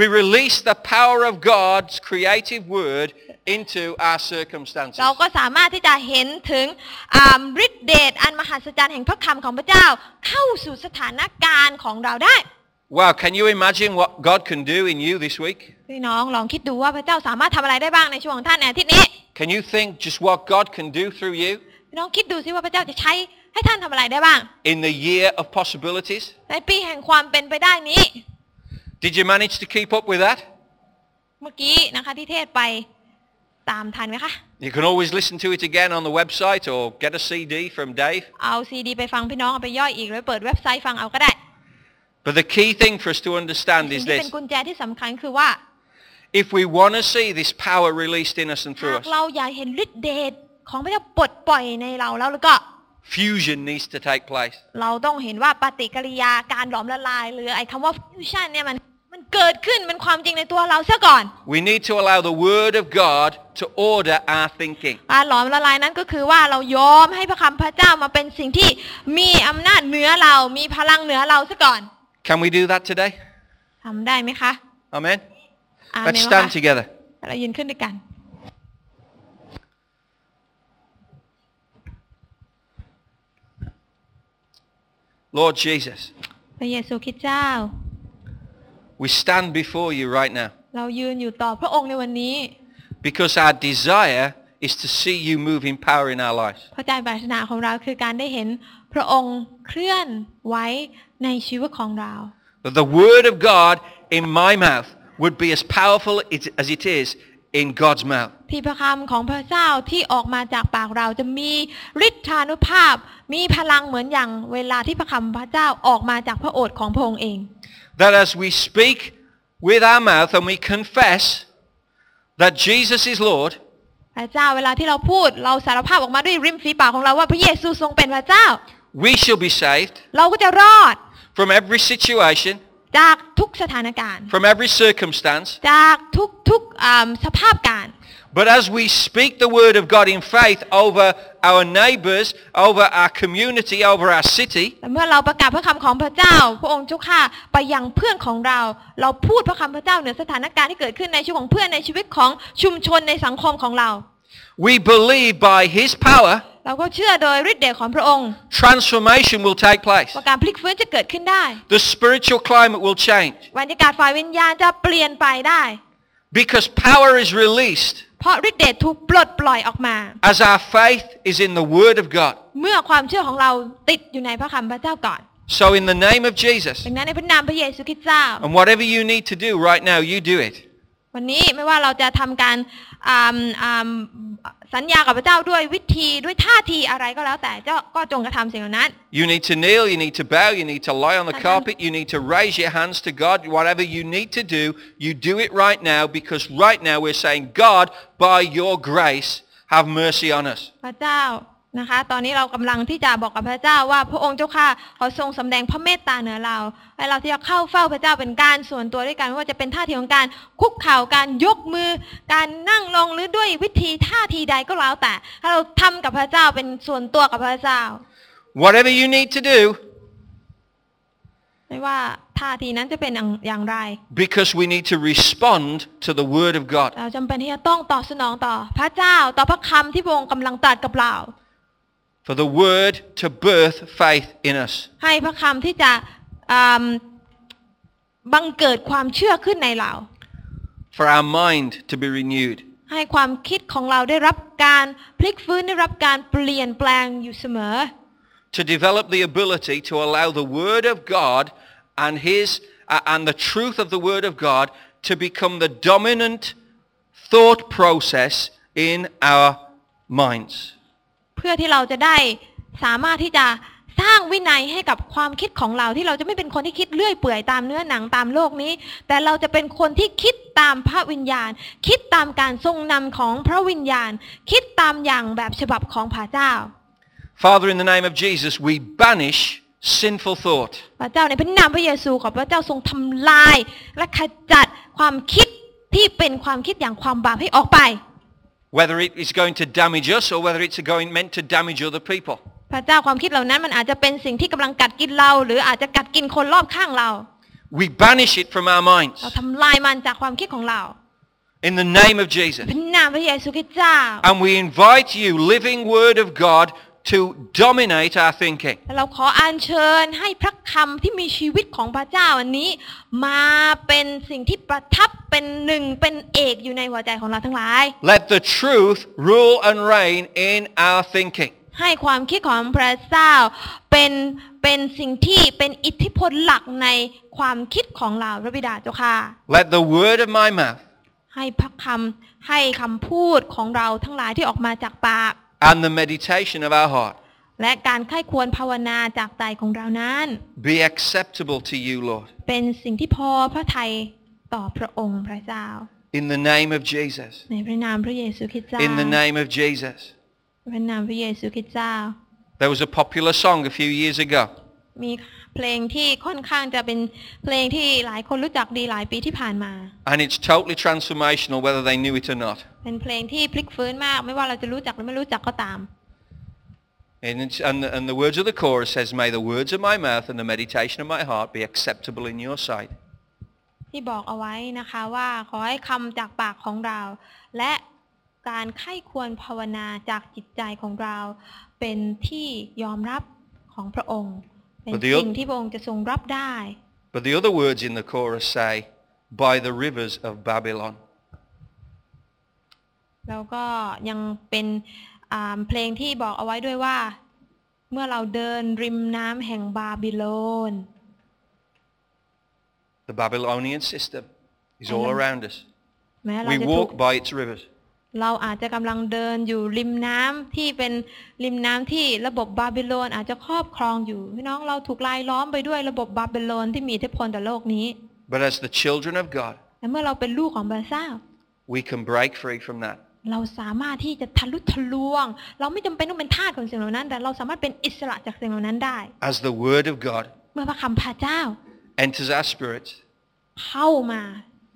[SPEAKER 1] We release the power of God's creative word into our circumstances.
[SPEAKER 2] เราก็สามารถที่จะเห็นถึงอ่าฤทธิ์เดชอันมหัศจรรย์แห่งพระคำของพระเจ้าเข้าสู่สถานการณ์ของเราได้
[SPEAKER 1] Wow, can you imagine what God can do in you this week?
[SPEAKER 2] พี่น้องลองคิดดูว่าพระเจ้าสามารถทำอะไรได้บ้างในช่วงของท่านในอาทิตย์นี้
[SPEAKER 1] Can you think just what God can do through you
[SPEAKER 2] พี่น้องคิดดูสิว่าพระเจ้าจะใช้ให้ท่านทำอะไรได้บ้าง
[SPEAKER 1] in the year of possibilities?
[SPEAKER 2] ในปีแห่งความเป็นไปได้นี้
[SPEAKER 1] Did you manage to keep up with that?
[SPEAKER 2] เมื่อกี้นะคะที่เทศไปตามทันไหมคะ
[SPEAKER 1] You can always listen to it again on the website or get a CD from Dave.
[SPEAKER 2] เอาซีดีไปฟังพี่น้องเอาไปย่อยอีกแล้วเปิดเว็บไซต์ฟังเอาก็ได้
[SPEAKER 1] But the key thing for us to
[SPEAKER 2] สิ่ง
[SPEAKER 1] understand
[SPEAKER 2] ที่
[SPEAKER 1] is
[SPEAKER 2] เป็
[SPEAKER 1] this.
[SPEAKER 2] นกุญแจที่สำคัญคือว่า
[SPEAKER 1] If we want to see this power released in us and
[SPEAKER 2] หา
[SPEAKER 1] through
[SPEAKER 2] ก
[SPEAKER 1] us,
[SPEAKER 2] เราอยากเห็นฤทธิ์เดชของพระเจ้าปลดปล่อยในเราแล้วแล้วก็
[SPEAKER 1] fusion needs to take place.
[SPEAKER 2] เราต้องเห็นว่าปฏิกิริยาการหลอมละลาย หรือไอ้คำว่าฟิวชั่นเนี่ยมันมันเกิดขึ้นเป็นความจริงในตัวเราซะก่อน
[SPEAKER 1] We need to allow the word of God to order our thinking.
[SPEAKER 2] การหลอมละลายนั้นก็คือว่าเรายอมให้พระคำพระเจ้ามาเป็นสิ่งที่มีอำนาจเหนือเรา มีพลังเหนือเราซะก่อน
[SPEAKER 1] Can we do that today?
[SPEAKER 2] ทำได้ไหมคะ
[SPEAKER 1] Amen.
[SPEAKER 2] อาเมน
[SPEAKER 1] Let's
[SPEAKER 2] ไหม
[SPEAKER 1] stand
[SPEAKER 2] คะ
[SPEAKER 1] together.
[SPEAKER 2] เรายืนขึ้นด้วยกัน
[SPEAKER 1] Lord Jesus,
[SPEAKER 2] พระเยซูคริสต์เจ้า
[SPEAKER 1] we stand before you right now
[SPEAKER 2] เรายืนอยู่ต่อพระองค์ในวันนี้
[SPEAKER 1] because our desire is to see you move in power in our lives.
[SPEAKER 2] พระใจปรารถนาของเราคือการได้เห็นพระองค์เคลื่อนไว้ในชีวิตของเรา
[SPEAKER 1] That the word of God in my mouth would be as powerful it- as it is in God's mouth.
[SPEAKER 2] ที่พระคำของพระเจ้าที่ออกมาจากปากเราจะมีฤทธานุภาพ มีพลังเหมือนอย่างเวลาที่พระคำพระเจ้าออกมาจากพระโอษฐ์ของพระองค์เอง
[SPEAKER 1] That as we speak with our mouth and we confess that Jesus is Lord,
[SPEAKER 2] พระเจ้าเวลาที่เราพูดเราสารภาพออกมาด้วยริมฝีปากของเราว่าพระเยซูทรงเป็นพระเจ้า
[SPEAKER 1] We shall be saved
[SPEAKER 2] เราก็จะรอด
[SPEAKER 1] from every situation,
[SPEAKER 2] จากทุกสถานการณ์
[SPEAKER 1] from every circumstance.
[SPEAKER 2] จากทุกทุกอ่าสภาพการ
[SPEAKER 1] But as we speak the word of God in faith over our neighbors, over our community, over our city,
[SPEAKER 2] แต่เมื่อเราประกาศพระคำของพระเจ้า พระองค์เจ้าข้าไปยังเพื่อนของเรา เราพูดพระคำพระเจ้าเหนือสถานการณ์ที่เกิดขึ้นในชีวิตของเพื่อนในชีวิตของชุมชนในสังคมของเรา
[SPEAKER 1] we believe by his power,
[SPEAKER 2] เราก็เชื่อโดยฤทธิ์เดชของพระองค์
[SPEAKER 1] transformation will take place.
[SPEAKER 2] ว่าการพลิกฟื้นจะเกิดขึ้นได้
[SPEAKER 1] The spiritual climate will change
[SPEAKER 2] บรรยากาศฝ่ายวิญญาณจะเปลี่ยนไปได้
[SPEAKER 1] because power is released
[SPEAKER 2] เพราะฤทธิ์เดชถูกปลดปล่อยออกมา
[SPEAKER 1] as our faith is in the word of God.
[SPEAKER 2] เมื่อความเชื่อของเราติดอยู่ในพระคำพระเจ้าก่อน
[SPEAKER 1] So in the name of Jesus,
[SPEAKER 2] ดังนั้นในพระนามพระเยซูคริสต์เจ้า
[SPEAKER 1] and whatever you need to do right now, you do it.
[SPEAKER 2] วันนี้ไม่ว่าเราจะทำการอ่าอ่าสัญญากับพระเจ้าด้วยวิธีด้วยท่าทีอะไรก็แล้วแต่เจ้าก็จงกระทำสิ่งเหล่านั้น
[SPEAKER 1] You need to kneel, you need to bow, you need to lie on the
[SPEAKER 2] Amen.
[SPEAKER 1] carpet, you need to raise your hands to God. Whatever you need to do, you do it right now because right now we're saying, God, by your grace, have mercy on us.
[SPEAKER 2] พระเจ้านะคะ ตอนนี้เรากำลังที่จะบอกกับพระเจ้าว่าพระองค์เจ้าข้าขอทรงสำแดงพระเมตตาเหนือเราให้เราที่จะเข้าเฝ้าพระเจ้าเป็นการส่วนตัวด้วยกันไม่ว่าจะเป็นท่าทีของการคุกเข่าการยกมือ การนั่งลงหรือด้วยวิธีท่าทีใดก็แล้วแต่ให้เราทำกับพระเจ้าเป็นส่วนตัวกับพระเจ้า
[SPEAKER 1] Whatever you need to do,
[SPEAKER 2] ไม่ว่าท่าทีนั้นจะเป็นอย่างอย่างไร
[SPEAKER 1] because we need to respond to the word of God.
[SPEAKER 2] เราจำเป็นที่จะต้องตอบสนองต่อพระเจ้าต่อพระคำที่พระองค์กำลังตรัสกับเรา
[SPEAKER 1] For the word to birth faith in us.
[SPEAKER 2] ให้พระคำที่จะอืมบังเกิดความเชื่อขึ้นในเรา
[SPEAKER 1] For our mind to be renewed.
[SPEAKER 2] ให้ความคิดของเราได้รับการพลิกฟื้นได้รับการเปลี่ยนแปลงอยู่เสมอ
[SPEAKER 1] To develop the ability to allow the word of God and his uh, and the truth of the word of God to become the dominant thought process in our minds.
[SPEAKER 2] เพื่อที่เราจะได้สามารถที่จะสร้างวินัยให้กับความคิดของเราที่เราจะไม่เป็นคนที่คิดเลื่อยเปื่อยตามเนื้อหนังตามโลกนี้ แต่เราจะเป็นคนที่คิดตามพระวิญญาณ คิดตามการทรงนำของพระวิญญาณ คิดตามอย่างแบบฉบับของพระเจ้า
[SPEAKER 1] Father, in the name of Jesus, we banish sinful thought.
[SPEAKER 2] พระเจ้าในพระนามพระเยซูขอพระเจ้าทรงทำลาย และขจัดความคิดที่เป็นความคิดอย่างความบาปให้ออกไป
[SPEAKER 1] Whether it is going to damage us or whether it's going meant to damage other people.
[SPEAKER 2] พระเจ้าความคิดเหล่านั้นมันอาจจะเป็นสิ่งที่กำลังกัดกินเรา หรืออาจจะกัดกินคนรอบข้างเรา
[SPEAKER 1] We banish it from our
[SPEAKER 2] เรา
[SPEAKER 1] minds
[SPEAKER 2] ทำลายมันจากความคิดของเรา
[SPEAKER 1] in the name of Jesus.
[SPEAKER 2] พระนามพระเยซูคริสต์เจ้า
[SPEAKER 1] And we invite you, living word of God, to dominate our thinking.
[SPEAKER 2] เราขออัญเชิญให้พระคำที่มีชีวิตของพระเจ้าอันนี้ มาเป็นสิ่งที่ประทับเป็นหนึ่งเป็นเอกอยู่ในหัวใจของเราทั้งหลาย
[SPEAKER 1] Let the truth rule and reign in our thinking.
[SPEAKER 2] ให้ความคิดของพระเจ้าเป็นเป็นสิ่งที่เป็นอิทธิพลหลักในความคิดของเราพระบิดาเจ้าค่ะ
[SPEAKER 1] Let the word of my mouth
[SPEAKER 2] ให้พระคำให้คำพูดของเราทั้งหลายที่ออกมาจากปาก
[SPEAKER 1] and the meditation of our heart
[SPEAKER 2] และการไข้ควรภาวนาจากใจของเรานั้น
[SPEAKER 1] be acceptable to you, Lord,
[SPEAKER 2] เป็นสิ่งที่พอพระทัยต่อพระองค์พระเจ้า
[SPEAKER 1] in the name of Jesus.
[SPEAKER 2] ในพระนามพระเยซูคริสต์เจ้า
[SPEAKER 1] In the name of Jesus.
[SPEAKER 2] พระนามพระเยซูคริสต์เจ้า
[SPEAKER 1] There was a popular song a few years ago.
[SPEAKER 2] มีเพลงที่ค่อนข้างจะเป็นเพลงที่หลายคนรู้จักดีหลายปีที่ผ่านมา
[SPEAKER 1] And it's totally transformational whether they knew it or not.
[SPEAKER 2] เป็นเพลงที่พลิกฟื้นมากไม่ว่าเราจะรู้จักหรือไม่รู้จักก็ตาม
[SPEAKER 1] And, it's, and, the, and the words of the chorus says, May the words of my mouth and the meditation of my heart be acceptable in your sight.
[SPEAKER 2] ที่บอกเอาไว้นะคะว่าขอให้คำจากปากของเรา และการไข้ควรภาวนาจากจิตใจของเรา เป็นที่ยอมรับของพระองค์ เป็น
[SPEAKER 1] ประเดี๋ยว
[SPEAKER 2] สิ่งที่พระองค์จะทรงรับได้
[SPEAKER 1] But the other words in the chorus say, By the rivers of Babylon.
[SPEAKER 2] แล้วก็ยังเป็นอ่าเพลงที่บอกเอาไว้ด้วยว่า เมื่อเราเดินริมน้ำแห่งบาบิโลน
[SPEAKER 1] The Babylonian system is all
[SPEAKER 2] Mhm.
[SPEAKER 1] around us.
[SPEAKER 2] แม้เรา
[SPEAKER 1] We
[SPEAKER 2] จะถู
[SPEAKER 1] walk
[SPEAKER 2] ก
[SPEAKER 1] by its rivers.
[SPEAKER 2] เราอาจจะกำลังเดินอยู่ริมน้ำที่เป็นริมน้ำที่ระบบบาบิโลนอาจจะครอบครองอยู่พี่น้องเราถูกลายล้อมไปด้วยระบบบาบิโลนที่มีอิทธิพลต่อโลกนี้
[SPEAKER 1] But as the children of God,
[SPEAKER 2] และเมื่อเราเป็นลูกของพระเจ้า
[SPEAKER 1] we can break free from that.
[SPEAKER 2] เราสามารถที่จะทะลุทะลวง เราไม่จำเป็นต้องเป็นทาสของสิ่งเหล่านั้น แต่เราสามารถเป็นอิสระจากสิ่งเหล่านั้นได้
[SPEAKER 1] as the word of God
[SPEAKER 2] เมื่อพระคำพระเจ้า
[SPEAKER 1] enters our spirit
[SPEAKER 2] เข้ามา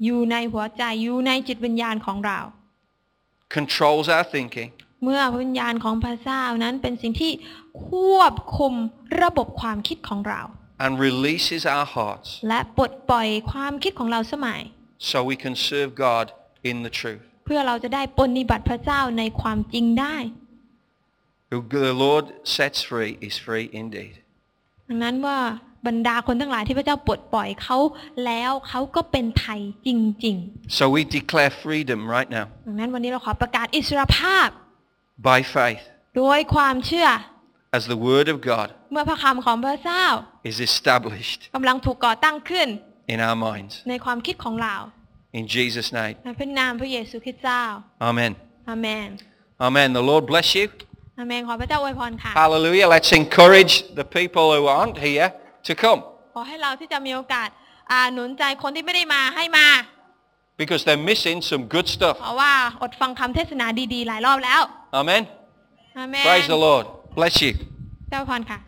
[SPEAKER 2] อยู่ในหัวใจอยู่ในจิตวิญญาณของเรา
[SPEAKER 1] controls our thinking
[SPEAKER 2] เมื่อวิญญาณของพระเจ้านั้นเป็นสิ่งที่ควบคุมระบบความคิดของเรา
[SPEAKER 1] and releases our hearts
[SPEAKER 2] และปลดปล่อยความคิดของเราสมัย
[SPEAKER 1] so we can serve God in the truth
[SPEAKER 2] เพื่อเราจะได้ปฏิบัติพระเจ้าในความจริงได้
[SPEAKER 1] Who the Lord sets free is free indeed
[SPEAKER 2] ดังนั้นว่าบรรดาคนทั้งหลายที่พระเจ้าปลดปล่อยเขาแล้วเขาก็เป็นไทยจริง
[SPEAKER 1] so we declare freedom right now
[SPEAKER 2] ๆ ดังนั้นวันนี้เราขอประกาศอิสรภาพ
[SPEAKER 1] by faith
[SPEAKER 2] โดยความเชื่อ
[SPEAKER 1] as the word of God
[SPEAKER 2] เมื่อพระคำของพระเจ้า
[SPEAKER 1] is established
[SPEAKER 2] กำลังถูกก่อตั้งขึ้น
[SPEAKER 1] in our minds
[SPEAKER 2] ในความคิดของเรา
[SPEAKER 1] in Jesus name
[SPEAKER 2] ในพระนามพระเยซูคริสต์เจ้า
[SPEAKER 1] amen
[SPEAKER 2] อาเมน
[SPEAKER 1] amen the Lord bless you
[SPEAKER 2] อาเมน ขอพระเจ้าอวยพรค่ะ
[SPEAKER 1] hallelujah let's encourage the people who aren't here to come
[SPEAKER 2] ขอให้เราที่จะมีโอกาสอ่าหนุนใจคนที่ไม่ได้มาให้มา
[SPEAKER 1] because they're missing some good stuff
[SPEAKER 2] เพราะว่าอดฟังคำเทศนาดีๆ หลายรอบแล้ว
[SPEAKER 1] amen
[SPEAKER 2] อาเมน
[SPEAKER 1] praise the Lord bless you
[SPEAKER 2] เจ้าพรค่ะ